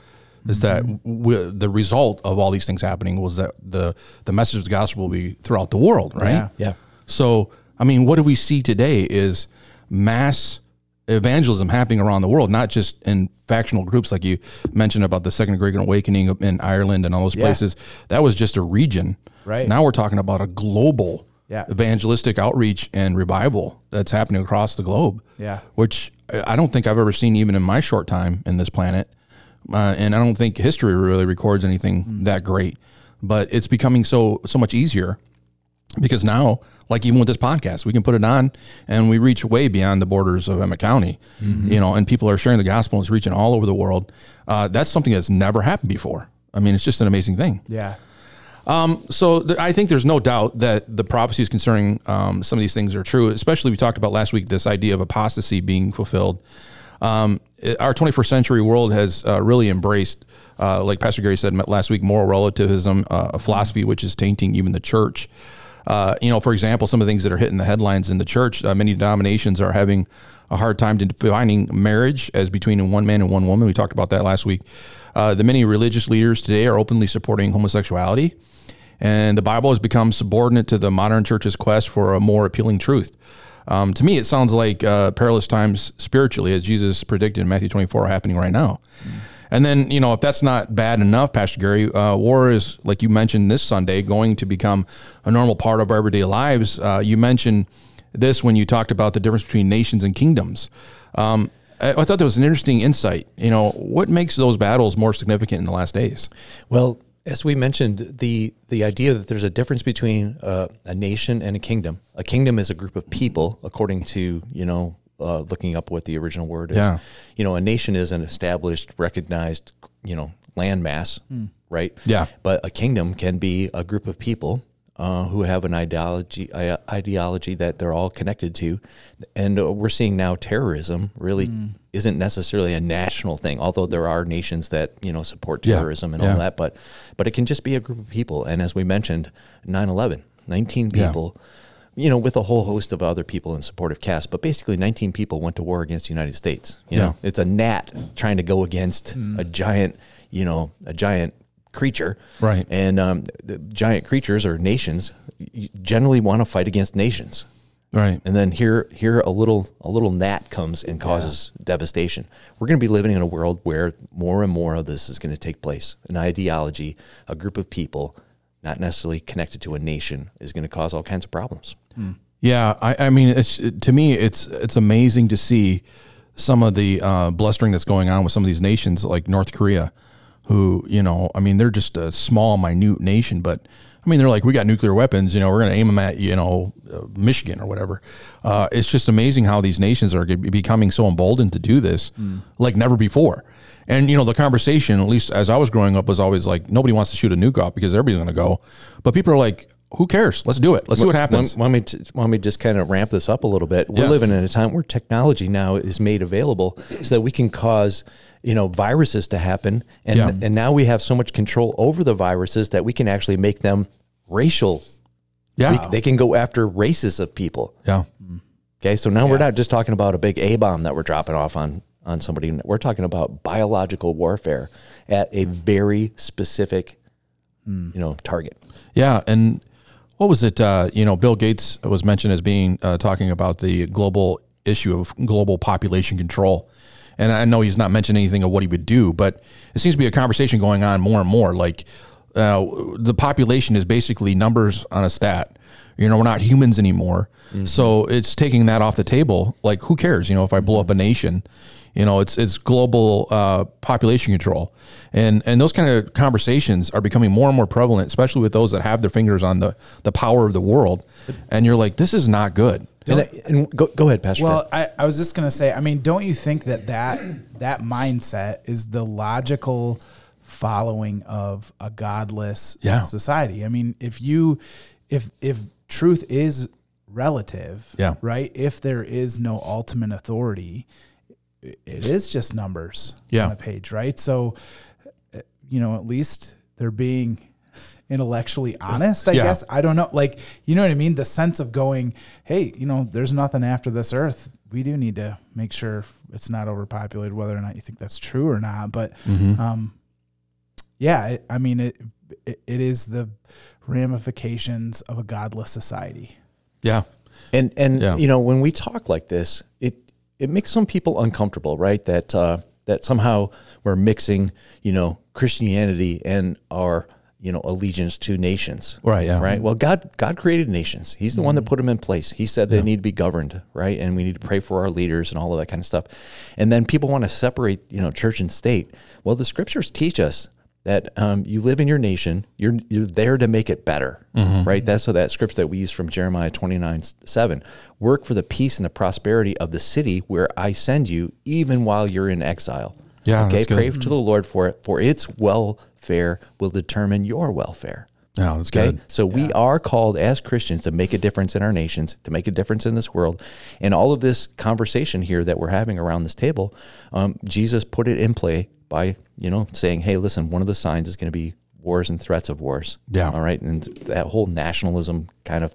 is that Mm-hmm. w- the result of all these things happening was that the the message of the gospel will be throughout the world, right? Yeah. Yeah. So, I mean, what do we see today is mass evangelism happening around the world, not just in factional groups like you mentioned about the Second Great Awakening in Ireland and all those places. That was just a region. Right. Now we're talking about a global Yeah. evangelistic outreach and revival that's happening across the globe. Yeah. Which I I don't think I've ever seen even in my short time in this planet. Uh, and I don't think history really records anything that great, but it's becoming so so much easier because now, like even with this podcast, we can put it on and we reach way beyond the borders of Emmett County, you know, and people are sharing the gospel and it's reaching all over the world. Uh, that's something that's never happened before. I mean, it's just an amazing thing. Yeah. So th- I think there's no doubt that the prophecies concerning um, some of these things are true. Especially we talked about last week this idea of apostasy being fulfilled. Um, it- our 21st century world has uh, really embraced, uh, like Pastor Gary said last week, moral relativism, uh, a philosophy which is tainting even the church. Uh, you know, for example, some of the things that are hitting the headlines in the church, uh, many denominations are having a hard time defining marriage as between one man and one woman. We talked about that last week. Uh, the many religious leaders today are openly supporting homosexuality. And the Bible has become subordinate to the modern church's quest for a more appealing truth. Um, to me, it sounds like uh, perilous times spiritually, as Jesus predicted in Matthew 24, are happening right now. And then, you know, if that's not bad enough, Pastor Gary, uh, war is, like you mentioned this Sunday, going to become a normal part of our everyday lives. Uh, you mentioned this when you talked about the difference between nations and kingdoms. Um, I, I thought that was an interesting insight. You know, what makes those battles more significant in the last days? Well, as we mentioned, the the idea that there's a difference between uh, a nation and a kingdom. A kingdom is a group of people, according to you know, uh, looking up what the original word is. Yeah. You know, a nation is an established, recognized, you know, landmass, right? Yeah. But a kingdom can be a group of people uh, who have an ideology i- ideology that they're all connected to, and uh, we're seeing now terrorism really isn't necessarily a national thing, although there are nations that you know support Yeah. terrorism and Yeah. all that, but but it can just be a group of people, and as we mentioned, 9-11, 19 Yeah. people. You know, with a whole host of other people in support of CAS, but basically 19 people went to war against the United States. You know, Yeah. Mm. it's a gnat trying to go against a giant, you know, a giant creature. Right. And um, the giant creatures or nations y- generally want to fight against nations. Right. And then here, here a little a little gnat comes and causes devastation. We're going to be living in a world where more and more of this is going to take place. An ideology, a group of people, not necessarily connected to a nation, is going to cause all kinds of problems. Yeah, I, I mean, it's to me, it's it's amazing to see some of the uh, blustering that's going on with some of these nations, like North Korea, who you know, I mean, they're just a small, minute nation, but I mean, they're like, we got nuclear weapons, you know, we're going to aim them at you know, uh, Michigan or whatever. Uh, it's just amazing how these nations are get- becoming so emboldened to do this, like never before. And you know, the conversation, at least as I was growing up, was always like, nobody wants to shoot a nuke off because everybody's going to go, but people are like. Who cares? Let's do it. Let's see what happens. Want, want me to, want me to just kind of ramp this up a little bit? We're Yeah. living in a time where technology now is made available so that we can cause, you know, viruses to happen, and Yeah. and now we have so much control over the viruses that we can actually make them racial. Yeah. We- they can go after races of people. Yeah. Okay, so now we're not just talking about a big A bomb that we're dropping off on on somebody. We're talking about biological warfare at Hmm. a very specific, you know, target. Yeah. And what was it? Uh, you know, Bill Gates was mentioned as being uh, talking about the global issue of global population control. And I know he's not mentioned anything of what he would do, but it seems to be a conversation going on more and more. Like uh, the population is basically numbers on a stat. You know, we're not humans anymore. So it's taking that off the table. Like, who cares? You know, if I blow up a nation, You know, it's it's global uh, population control, and and those kind of conversations are becoming more and more prevalent, especially with those that have their fingers on the the power of the world. And you're like, this is not good. And, I- and go, go ahead, Pastor. Well, Pat. I, I was just gonna say, I mean, don't you think that that that mindset is the logical following of a godless Yeah. society? I mean, if you if if truth is relative, Yeah. right? If there is no ultimate authority, i- it is just numbers Yeah. on a page, right? So, uh, you know, at least they're being intellectually honest, I Yeah. guess. I don't know. Like, you know what I mean? The sense of going, hey, you know, there's nothing after this earth. We do need to make sure it's not overpopulated, whether or not you think that's true or not. But Mm-hmm. um, yeah, I, I mean, it, it it is the ramifications of a godless society. Yeah, and and Yeah. you know when we talk like this, it it makes some people uncomfortable, right? That uh, that somehow we're mixing, you know, Christianity and our you know allegiance to nations, Right, yeah. right. Well, God God created nations. He's the one Mm. that put them in place. He said they need to be governed, right? And we need to pray for our leaders and all of that kind of stuff. And then people want to separate, you know, church and state. Well, the scriptures teach us that um, you live in your nation. You're you're there to make it better, Mm-hmm. right? That's so that scripture that we use from Jeremiah twenty nine seven. Work for the peace and the prosperity of the city where I send you, even while you're in exile. Yeah, Okay. that's good. Mm-hmm. Pray to the Lord for it, for its welfare will determine your welfare. no, that's Okay. good. So we are called as Christians to make a difference in our nations, to make a difference in this world. And all of this conversation here that we're having around this table, um, Jesus put it in play by, you know, saying, hey, listen, one of the signs is going to be wars and threats of wars. Yeah. All right. And that whole nationalism kind of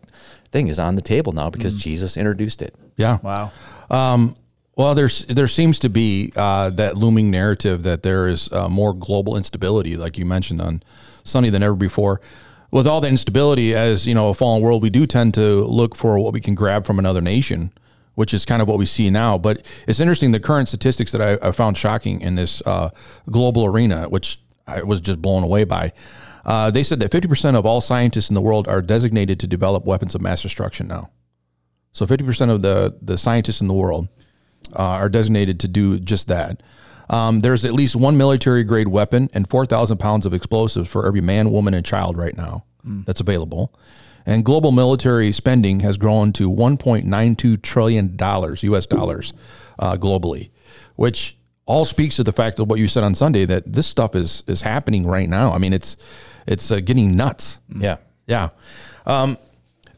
thing is on the table now Mm. because Jesus introduced it. Yeah. Wow. Um, well, there's there seems to be uh, that looming narrative that there is uh, more global instability, like you mentioned on Sunday than ever before. With all the instability, as you know, a fallen world, we do tend to look for what we can grab from another nation, which is kind of what we see now. But it's interesting the current statistics that I, I found shocking in this uh, global arena, which I was just blown away by. Uh, they said that 50% of all scientists in the world are designated to develop weapons of mass destruction now. So 50% of the, the scientists in the world uh, are designated to do just that. Um, there's at least one military grade weapon and 4,000 pounds of explosives for every man, woman, and child right now that's available. And global military spending has grown to $1.92 trillion US dollars uh, globally, which all speaks to the fact of what you said on Sunday that this stuff is is happening right now. I mean, it's it's uh, getting nuts. Yeah. Yeah. Um,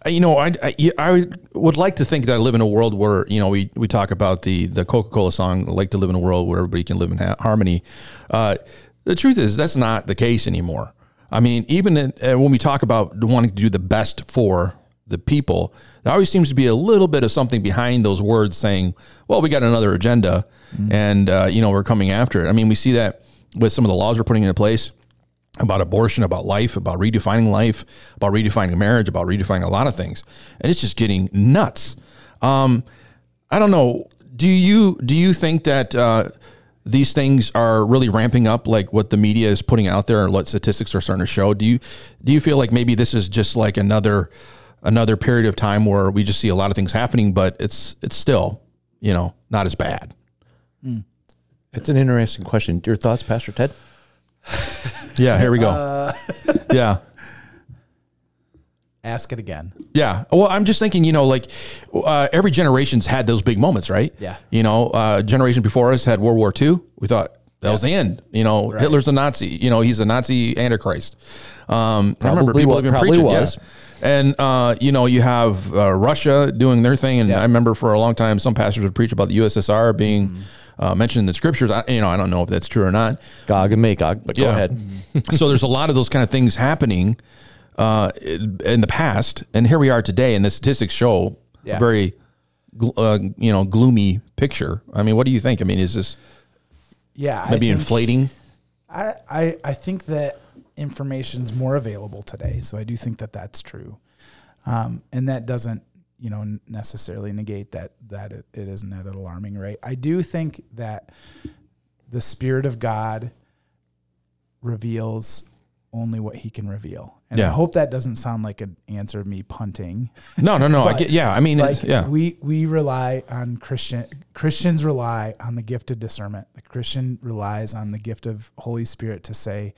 I- you know, I, I I would- would like to think that I live in a world where you know we, we talk about the the Coca Cola song "Like to Live in a World Where Everybody Can Live in ha- Harmony." Uh, the truth is that's not the case anymore. I mean, even in, uh, when we talk about wanting to do the best for the people, there always seems to be a little bit of something behind those words saying, "Well, we got another agenda, and uh, you know we're coming after it." I mean, we see that with some of the laws we're putting into place about abortion, about life, about redefining life, about redefining marriage, about redefining a lot of things, and it's just getting nuts. Um, I don't know. Do you do you think that uh, these things are really ramping up, like what the media is putting out there, or what statistics are starting to show? Do you do you feel like maybe this is just like another another period of time where we just see a lot of things happening, but it's it's still you know not as bad? It's an interesting question. Your thoughts, Pastor Ted? Yeah, here we go. yeah. Ask it again. Yeah. Well, I'm just thinking, you know, like uh, every generation's had those big moments, right? Yeah. You know, uh, generation before us had World War II. We thought that was the end. You know, Hitler's a Nazi. You know, he's a Nazi antichrist. Um, I remember Probably people wa- have been probably preaching. was. Yeah. And uh, you know, you have uh, Russia doing their thing, and I remember for a long time some pastors would preach about the USSR being uh, mentioned in the scriptures. I, you know, I don't know if that's true or not Gog and Magog, but go ahead. so there's a lot of those kind of things happening uh, in the past, and here we are today, and the statistics show Yeah. a very, gl- uh, you know, gloomy picture. I mean, what do you think? I mean, is this Yeah. maybe I think- inflating? I, I, I think that information's more available today. So I do think that that's true. Um, and that doesn't, you know, n- necessarily negate that, that it, it isn't at an alarming rate. I do think that the spirit of God reveals only what he can reveal. And I Yeah. hope that doesn't sound like an answer me punting. No, no, no. I get, yeah, I mean, it's- Like yeah, we we rely on Christian Christians rely on the gift of discernment. The Christian relies on the gift of Holy Spirit to say,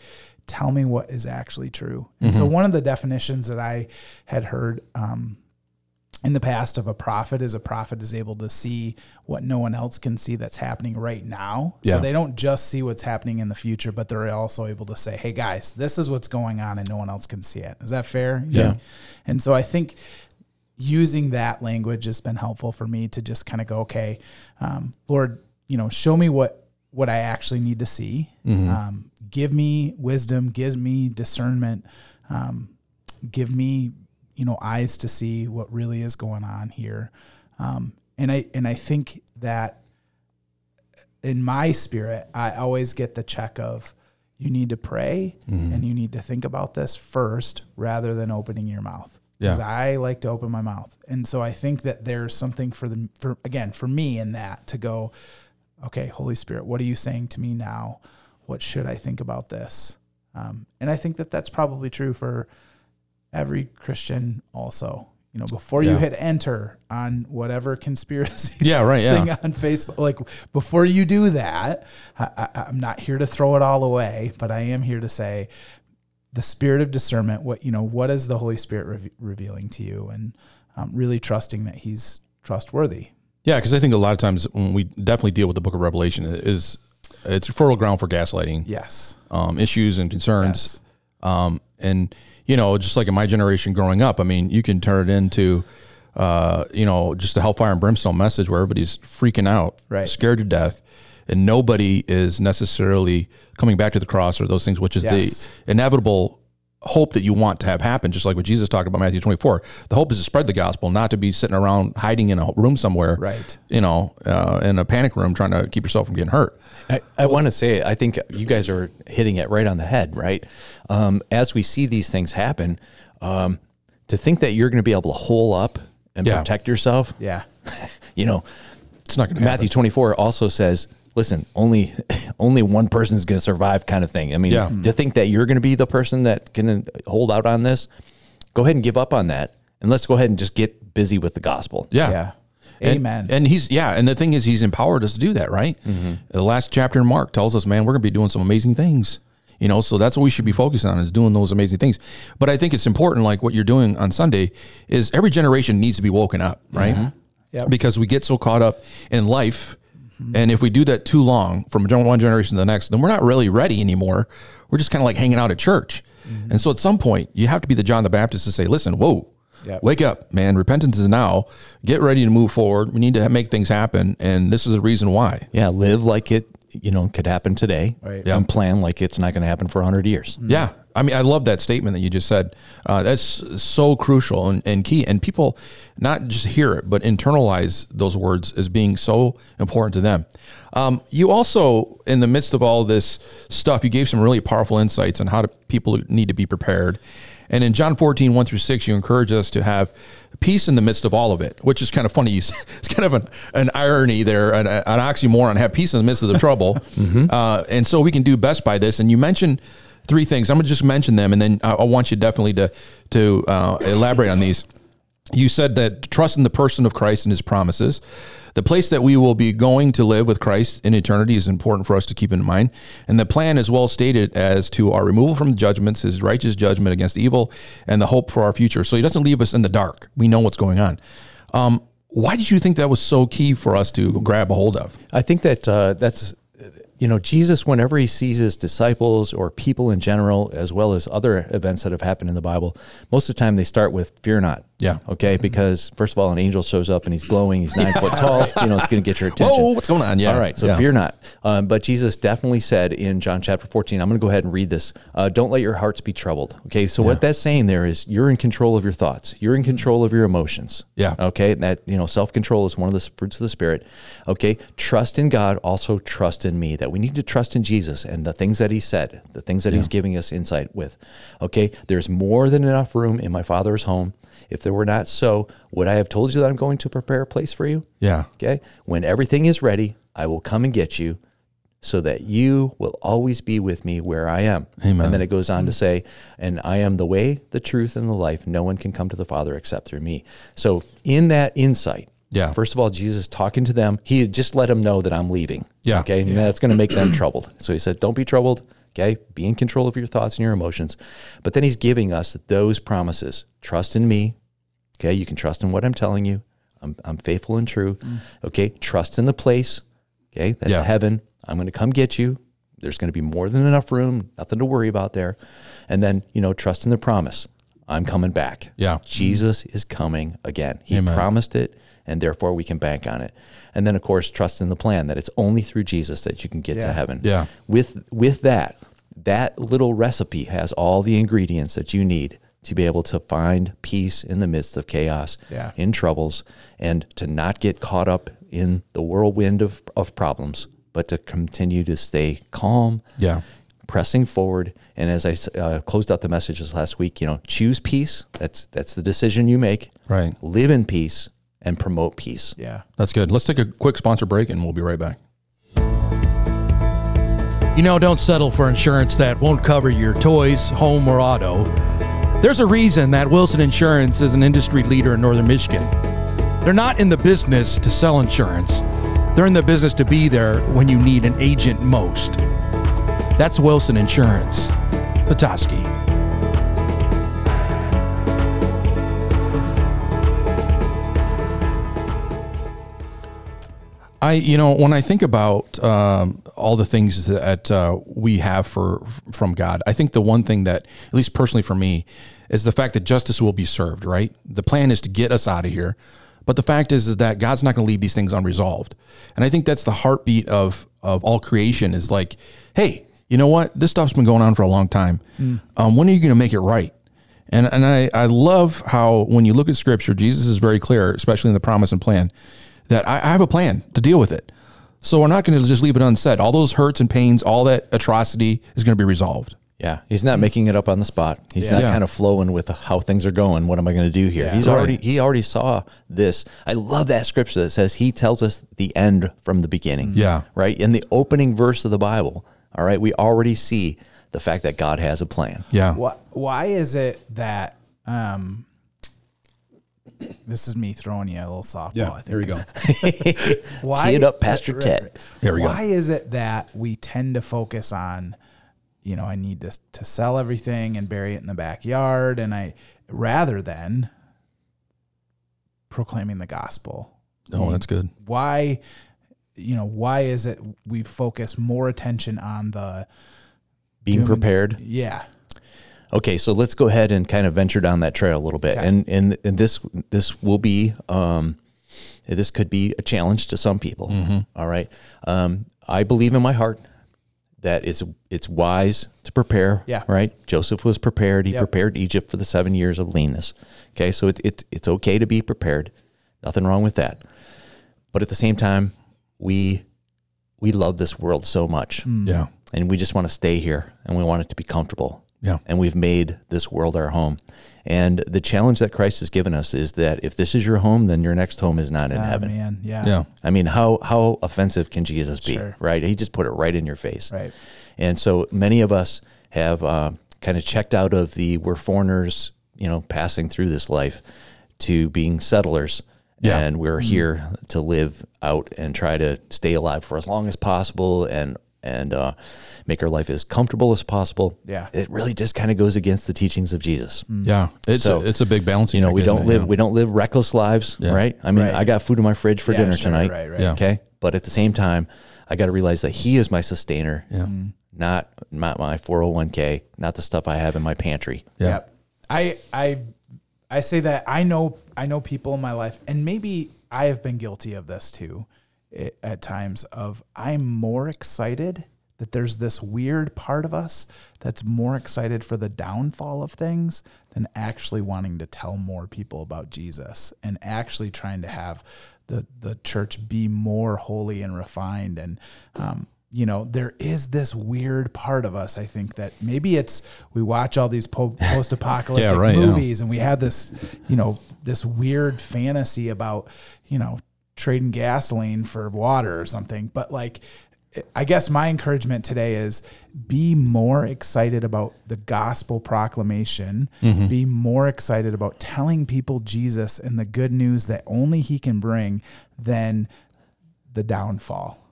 "Tell me what is actually true." And Mm-hmm. so, one of the definitions that I had heard um, in the past of a prophet is a prophet is able to see what no one else can see that's happening right now. Yeah. So they don't just see what's happening in the future, but they're also able to say, "Hey guys, this is what's going on, and no one else can see it." Is that fair? Yeah. And so I think using that language has been helpful for me to just kind of go, okay, um, Lord, you know, show me what what I actually need to see. Um, give me wisdom. Give me discernment. Um, give me you know eyes to see what really is going on here. Um, and I and I think that in my spirit, I always get the check of you need to pray and you need to think about this first rather than opening your mouth. Because Yeah. I like to open my mouth. And so I think that there's something for the for again, for me in that to go, okay, Holy Spirit, what are you saying to me now? What should I think about this? Um, and I think that that's probably true for every Christian also. You know, before you Yeah. hit enter on whatever conspiracy yeah, right, yeah. thing on Facebook. Like before you do that, I, I, I'm not here to throw it all away, but I am here to say the spirit of discernment. What you know, what is the Holy Spirit reve revealing to you, and um, really trusting that He's trustworthy. Yeah, because I think a lot of times when we definitely deal with the Book of Revelation it is it's fertile ground for gaslighting Yes. um, issues and concerns, um, and you know, just like in my generation growing up, I mean, you can turn it into uh, you know just a hellfire and brimstone message where everybody's freaking out, Right. scared to death, and nobody is necessarily coming back to the cross or those things, which is Yes. the inevitable hope that you want to have happen just like what jesus talked about matthew 24 the hope is to spread the gospel not to be sitting around hiding in a room somewhere Right. you know, uh, in a panic room trying to keep yourself from getting hurt. I, I want to say, I think you guys are hitting it right on the head, right? Um, as we see these things happen, um, to think that you're going to be able to hole up and Yeah. protect yourself, Yeah. you know, It's not going to Matthew 24 also says, listen, only only one person is going to survive kind of thing. I mean, Yeah. to think that you're going to be the person that can uh, hold out on this, go ahead and give up on that. And let's go ahead and just get busy with the gospel. Yeah. Yeah. And- Amen. Mm-hmm. And he's yeah, and the thing is, he's empowered us to do that, right? The last chapter in Mark tells us, man, we're going to be doing some amazing things. You know, so that's what we should be focused on is doing those amazing things. But I think it's important, like what you're doing on Sunday, is every generation needs to be woken up, right? Mm-hmm. Yep. Mm-hmm. Because we get so caught up in life, and if we do that too long from gen- one generation to the next, then we're not really ready anymore. We're just kind of like hanging out at church. Mm-hmm. And so at some point, you have to be the John the Baptist to say, listen, whoa, Yep. wake up, man. Repentance is now. Get ready to move forward. We need to ha- make things happen. And this is the reason why. Yeah, live like it, you know, could happen today. Right. Yeah. And plan like it's not going to happen for 100 years. Mm-hmm. Yeah. I mean, I love that statement that you just said. Uh, that's so crucial and, and key. And people not just hear it, but internalize those words as being so important to them. Um, you also, in the midst of all this stuff, you gave some really powerful insights on how to, people need to be prepared. And in John 14, 1 through 6, you encourage us to have peace in the midst of all of it, which is kind of funny. You, s- it's kind of an, an irony there, an, an oxymoron, have peace in the midst of the trouble. uh, and so we can do best by this. And you mentioned three things. I'm going to just mention them, and then I, I want you definitely to, to uh, elaborate on these you said that trust in the person of Christ and his promises. The place that we will be going to live with Christ in eternity is important for us to keep in mind. And the plan is well stated as to our removal from judgments, his righteous judgment against evil, and the hope for our future. So he doesn't leave us in the dark. We know what's going on. Um, why did you think that was so key for us to grab a hold of? I think that uh, that's, you know, Jesus, whenever he sees his disciples or people in general, as well as other events that have happened in the Bible, most of the time they start with fear not. Yeah. Mm-hmm. Okay. Because, first of all, an angel shows up and he's glowing, he's nine foot tall, you know, it's going to get your attention. Whoa, what's going on? Yeah. All right. So Yeah. fear not. Um, but Jesus definitely said in John chapter 14, I'm going to go ahead and read this. Uh, don't let your hearts be troubled. Okay. So what that's saying there is you're in control of your thoughts, you're in control of your emotions. Yeah. Okay. And that, you know, self control is one of the fruits of the Spirit. Okay. Trust in God, also trust in me, that we need to trust in Jesus and the things that He said, the things that He's giving us insight with. Okay. There's more than enough room in my Father's home. If there were not so, would I have told you that I'm going to prepare a place for you? Yeah. Okay. When everything is ready, I will come and get you so that you will always be with me where I am. Amen. And then it goes on to say, and I am the way, the truth, and the life. No one can come to the Father except through me. So in that insight, Yeah. First of all, Jesus talking to them, he had just let them know that I'm leaving. Yeah. Okay. And that's going to make them troubled. So he said, Don't be troubled. Okay. Be in control of your thoughts and your emotions. But then he's giving us those promises trust in me. Okay. You can trust in what I'm telling you. I'm, I'm faithful and true. Okay. Trust in the place. Okay. That's Yeah. heaven. I'm going to come get you. There's going to be more than enough room. Nothing to worry about there. And then, you know, trust in the promise. I'm coming back. Yeah. Jesus is coming again. He Amen. promised it, and therefore we can bank on it. And then, of course, trust in the plan that it's only through Jesus that you can get to Yeah. heaven. Yeah. With with that, that little recipe has all the ingredients that you need to be able to find peace in the midst of chaos, Yeah. in troubles, and to not get caught up in the whirlwind of, of problems, but to continue to stay calm Yeah. pressing forward. And as I uh, closed out the messages last week, you know, choose peace. That's that's the decision you make. Right. Live in peace and promote peace. Yeah. That's good. Let's take a quick sponsor break and we'll be right back. You know, don't settle for insurance that won't cover your toys, home, or auto. There's a reason that Wilson Insurance is an industry leader in Northern Michigan. They're not in the business to sell insurance, they're in the business to be there when you need an agent most. That's Wilson Insurance. Petoskey. I, you know, when I think about um, all the things that uh, we have for from God, I think the one thing that, at least personally for me, is the fact that justice will be served. Right, the plan is to get us out of here, but the fact is is that God's not going to leave these things unresolved, and I think that's the heartbeat of of all creation is like, hey, you know what, this stuff's been going on for a long time. Um, when are you going to make it right? And and I, I love how when you look at scripture, Jesus is very clear, especially in the promise and plan, that I, I have a plan to deal with it. So we're not going to just leave it unsaid. All those hurts and pains, all that atrocity is going to be resolved. Yeah, he's not making it up on the spot. He's not Yeah. kind of flowing with how things are going. What am I going to do here? he's Right. already he already saw this. I love that scripture that says he tells us the end from the beginning. Yeah. right. In the opening verse of the Bible, all right, we already see the fact that God has a plan. Yeah. Why, why is it that um, this is me throwing you a little softball? Oh, I think. Here we go. Why, Tee it up, Pastor right, Ted. right. Here we go. Why is it that we tend to focus on, you know, I need to to sell everything and bury it in the backyard, and I rather than proclaiming the gospel. Oh, that's good. Why, you know, why is it we focus more attention on the Being doom and- prepared. Yeah, Okay, so let's go ahead and kind of venture down that trail a little bit, Okay. and and and this this will be um, this could be a challenge to some people. Mm-hmm. All right, um, I believe in my heart that it's it's wise to prepare. Yeah. right. Joseph was prepared. He Yep. prepared Egypt for the seven years of leanness. Okay, so it, it it's okay to be prepared. Nothing wrong with that. But at the same time, we we love this world so much Mm. Yeah. and we just want to stay here and we want it to be comfortable. Yeah. And we've made this world our home. And the challenge that Christ has given us is that if this is your home, then your next home is not in Ah, heaven. man, yeah, Yeah. I mean, how how offensive can Jesus be? Sure. Right? He just put it right in your face. right. And so many of us have uh, kind of checked out of the we're foreigners, you know, passing through this life to being settlers. Yeah. And we're here to live out and try to stay alive for as long as possible and and uh, make our life as comfortable as possible. Yeah. It really just kind of goes against the teachings of Jesus Yeah. It's So, a, it's a big balancing. you know, act, we isn't don't it? live Yeah. we don't live reckless lives, Yeah. right? I mean, Right. I got food in my fridge for Yeah, dinner sure, tonight. right, right. Yeah. Okay. But at the same time, I got to realize that he is my sustainer. Mm-hmm. Not not my 401k, not the stuff I have in my pantry. Yeah. Yep. I I I say that I know I know people in my life, and maybe I have been guilty of this too i- at times. Of I'm more excited that there's this weird part of us that's more excited for the downfall of things than actually wanting to tell more people about Jesus and actually trying to have the the church be more holy and refined and um, you know, there is this weird part of us, I think, that maybe it's we watch all these po- post apocalyptic Yeah, right, yeah. movies and we have this, you know, this weird fantasy about, you know, trading gasoline for water or something. But like, I guess my encouragement today is be more excited about the gospel proclamation. Mm-hmm. Be more excited about telling people Jesus and the good news that only he can bring than the downfall.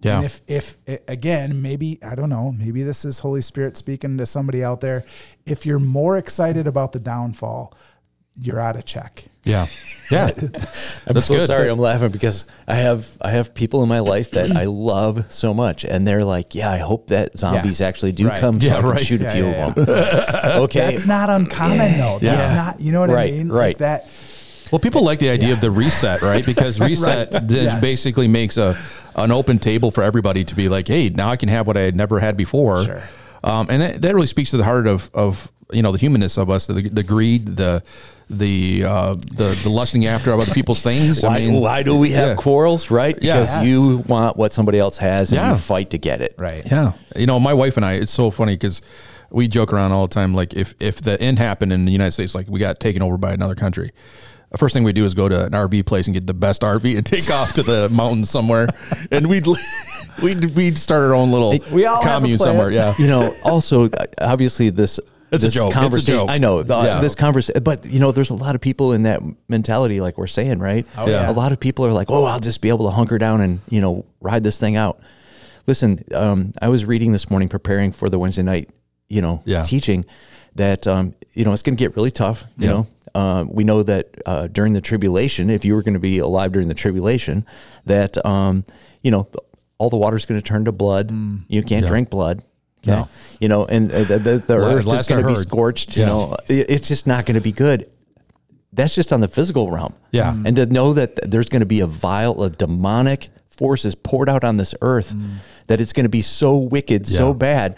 Yeah. And if if a- again, maybe I don't know, maybe this is Holy Spirit speaking to somebody out there. If you're more excited about the downfall, you're out of check. yeah. Yeah. I'm That's so good. sorry I'm laughing because I have I have people in my life that I love so much, and they're like, "Yeah, I hope that zombies Yes. actually do Right. come, so Yeah, I can right. shoot a Yeah, few yeah, of them." okay, That's not uncommon though. That's Yeah. not, you know what Right, I mean? right. Like that Well, people like the idea of the reset, right? Because reset Right. just Yes. basically makes a an open table for everybody to be like, hey, now I can have what I had never had before. Sure. Um, and that, that really speaks to the heart of of you know the humanness of us, the, the greed, the the uh, the the lusting after other people's things. why, why do we have yeah. quarrels, right? Yeah. Because Yes. you want what somebody else has, and Yeah. you fight to get it. right. Yeah, you know, my wife and I. It's so funny because we joke around all the time. Like if if the end happened in the United States, like we got taken over by another country. The first thing we do is go to an RV place and get the best RV and take off to the mountains somewhere, and we'd li- we'd we'd start our own little We all have a commune plan. somewhere. Yeah, you know, also uh, obviously this. It's a this joke. It's a conversation- joke. I know the- Yeah. this conversation, but you know, there's a lot of people in that mentality, like we're saying, right? Oh, Yeah. yeah. A lot of people are like, "Oh, I'll just be able to hunker down and you know ride this thing out." Listen, um, I was reading this morning, preparing for the Wednesday night, you know, Yeah. teaching that um, you know it's going to get really tough. You Yeah. know, um, we know that uh, during the tribulation, if you were going to be alive during the tribulation, that um, you know all the water's going to turn to blood. You can't drink blood. Okay? Mm. No. You know, and uh, the, the, the Last- earth is last I going to be heard. scorched. You Yeah. know, It- it's just not going to be good. That's just on the physical realm. Yeah. Mm. And to know that th- there's going to be a vial of demonic forces poured out on this earth, that it's going to be so wicked, Mm. Yeah. so bad.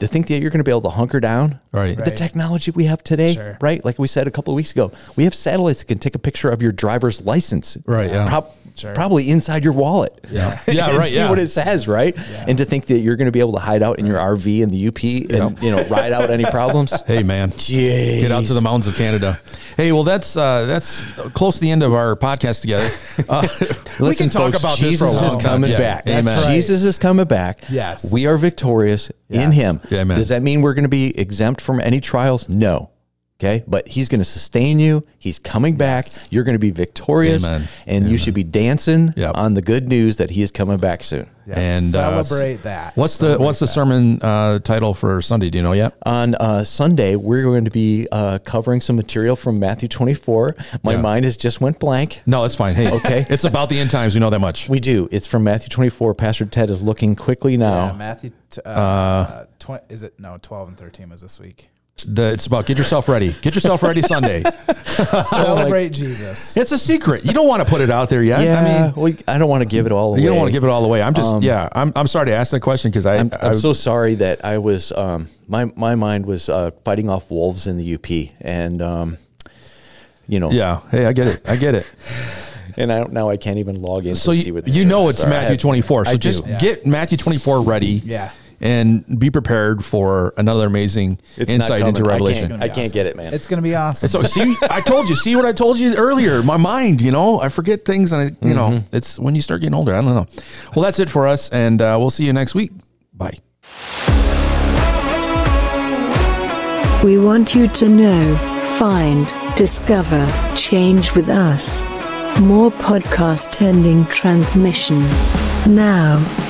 To think that you're going to be able to hunker down, Right. with The Right. technology we have today, Sure. right? Like we said a couple of weeks ago, we have satellites that can take a picture of your driver's license, Right, yeah. prob- Sure. Probably inside your wallet, Yeah. Yeah, And right, See yeah. what it says, right? And to think that you're going to be able to hide out in your RV and the UP and you know ride out any problems. Hey man, get out to the mountains of Canada. Hey, well that's uh, that's close to the end of our podcast together. Uh, we Listen, can talk folks, about Jesus this for a long is time. coming Yeah. back. Amen. That's right. Jesus is coming back. Yes. we are victorious in Yes. Him. Amen. Does that mean we're going to be exempt from any trials? No. Okay, but He's going to sustain you. He's coming back. You're going to be victorious, Amen. and you should be dancing Yep. on the good news that He is coming back soon. And uh, Celebrate that. What's the What's the sermon uh, title for Sunday? Do you know yet? on uh, Sunday, we're going to be uh, covering some material from Matthew 24. My Yeah. mind has just went blank. No, it's fine. Hey, Okay. it's about the end times. We know that much. We do. It's from Matthew 24. Pastor Ted is looking quickly now. Yeah, Matthew, t- Oh. uh, twen- is it no twelve and thirteen was this week. The, it's about get yourself ready. Get yourself ready Sunday. Celebrate Jesus. It's a secret. You don't want to put it out there yet. yeah, I mean, we, I don't want to give it all away. you don't want to give it all away. I'm just yeah. I'm, I'm sorry to ask that question because I I'm, I'm I- so sorry that I was um, my my mind was uh, fighting off wolves in the UP, and um, you know, yeah. Hey, I get it. I get it. And I don't now I can't even log in. So to see you, what the you know services it's are. Matthew 24. So I just do. get Matthew 24 ready. Yeah. And be prepared for another amazing It's not insight coming. into I can't- Revelation. I can't, get it, man. It's gonna be awesome. So see, I told you. See what I told you earlier. My mind, you know, I forget things, and I, you know, it's when you start getting older. I don't know. Well, that's it for us, and uh, we'll see you next week. Bye. We want you to know, find, discover, change with us. More podcast ending transmission. Now,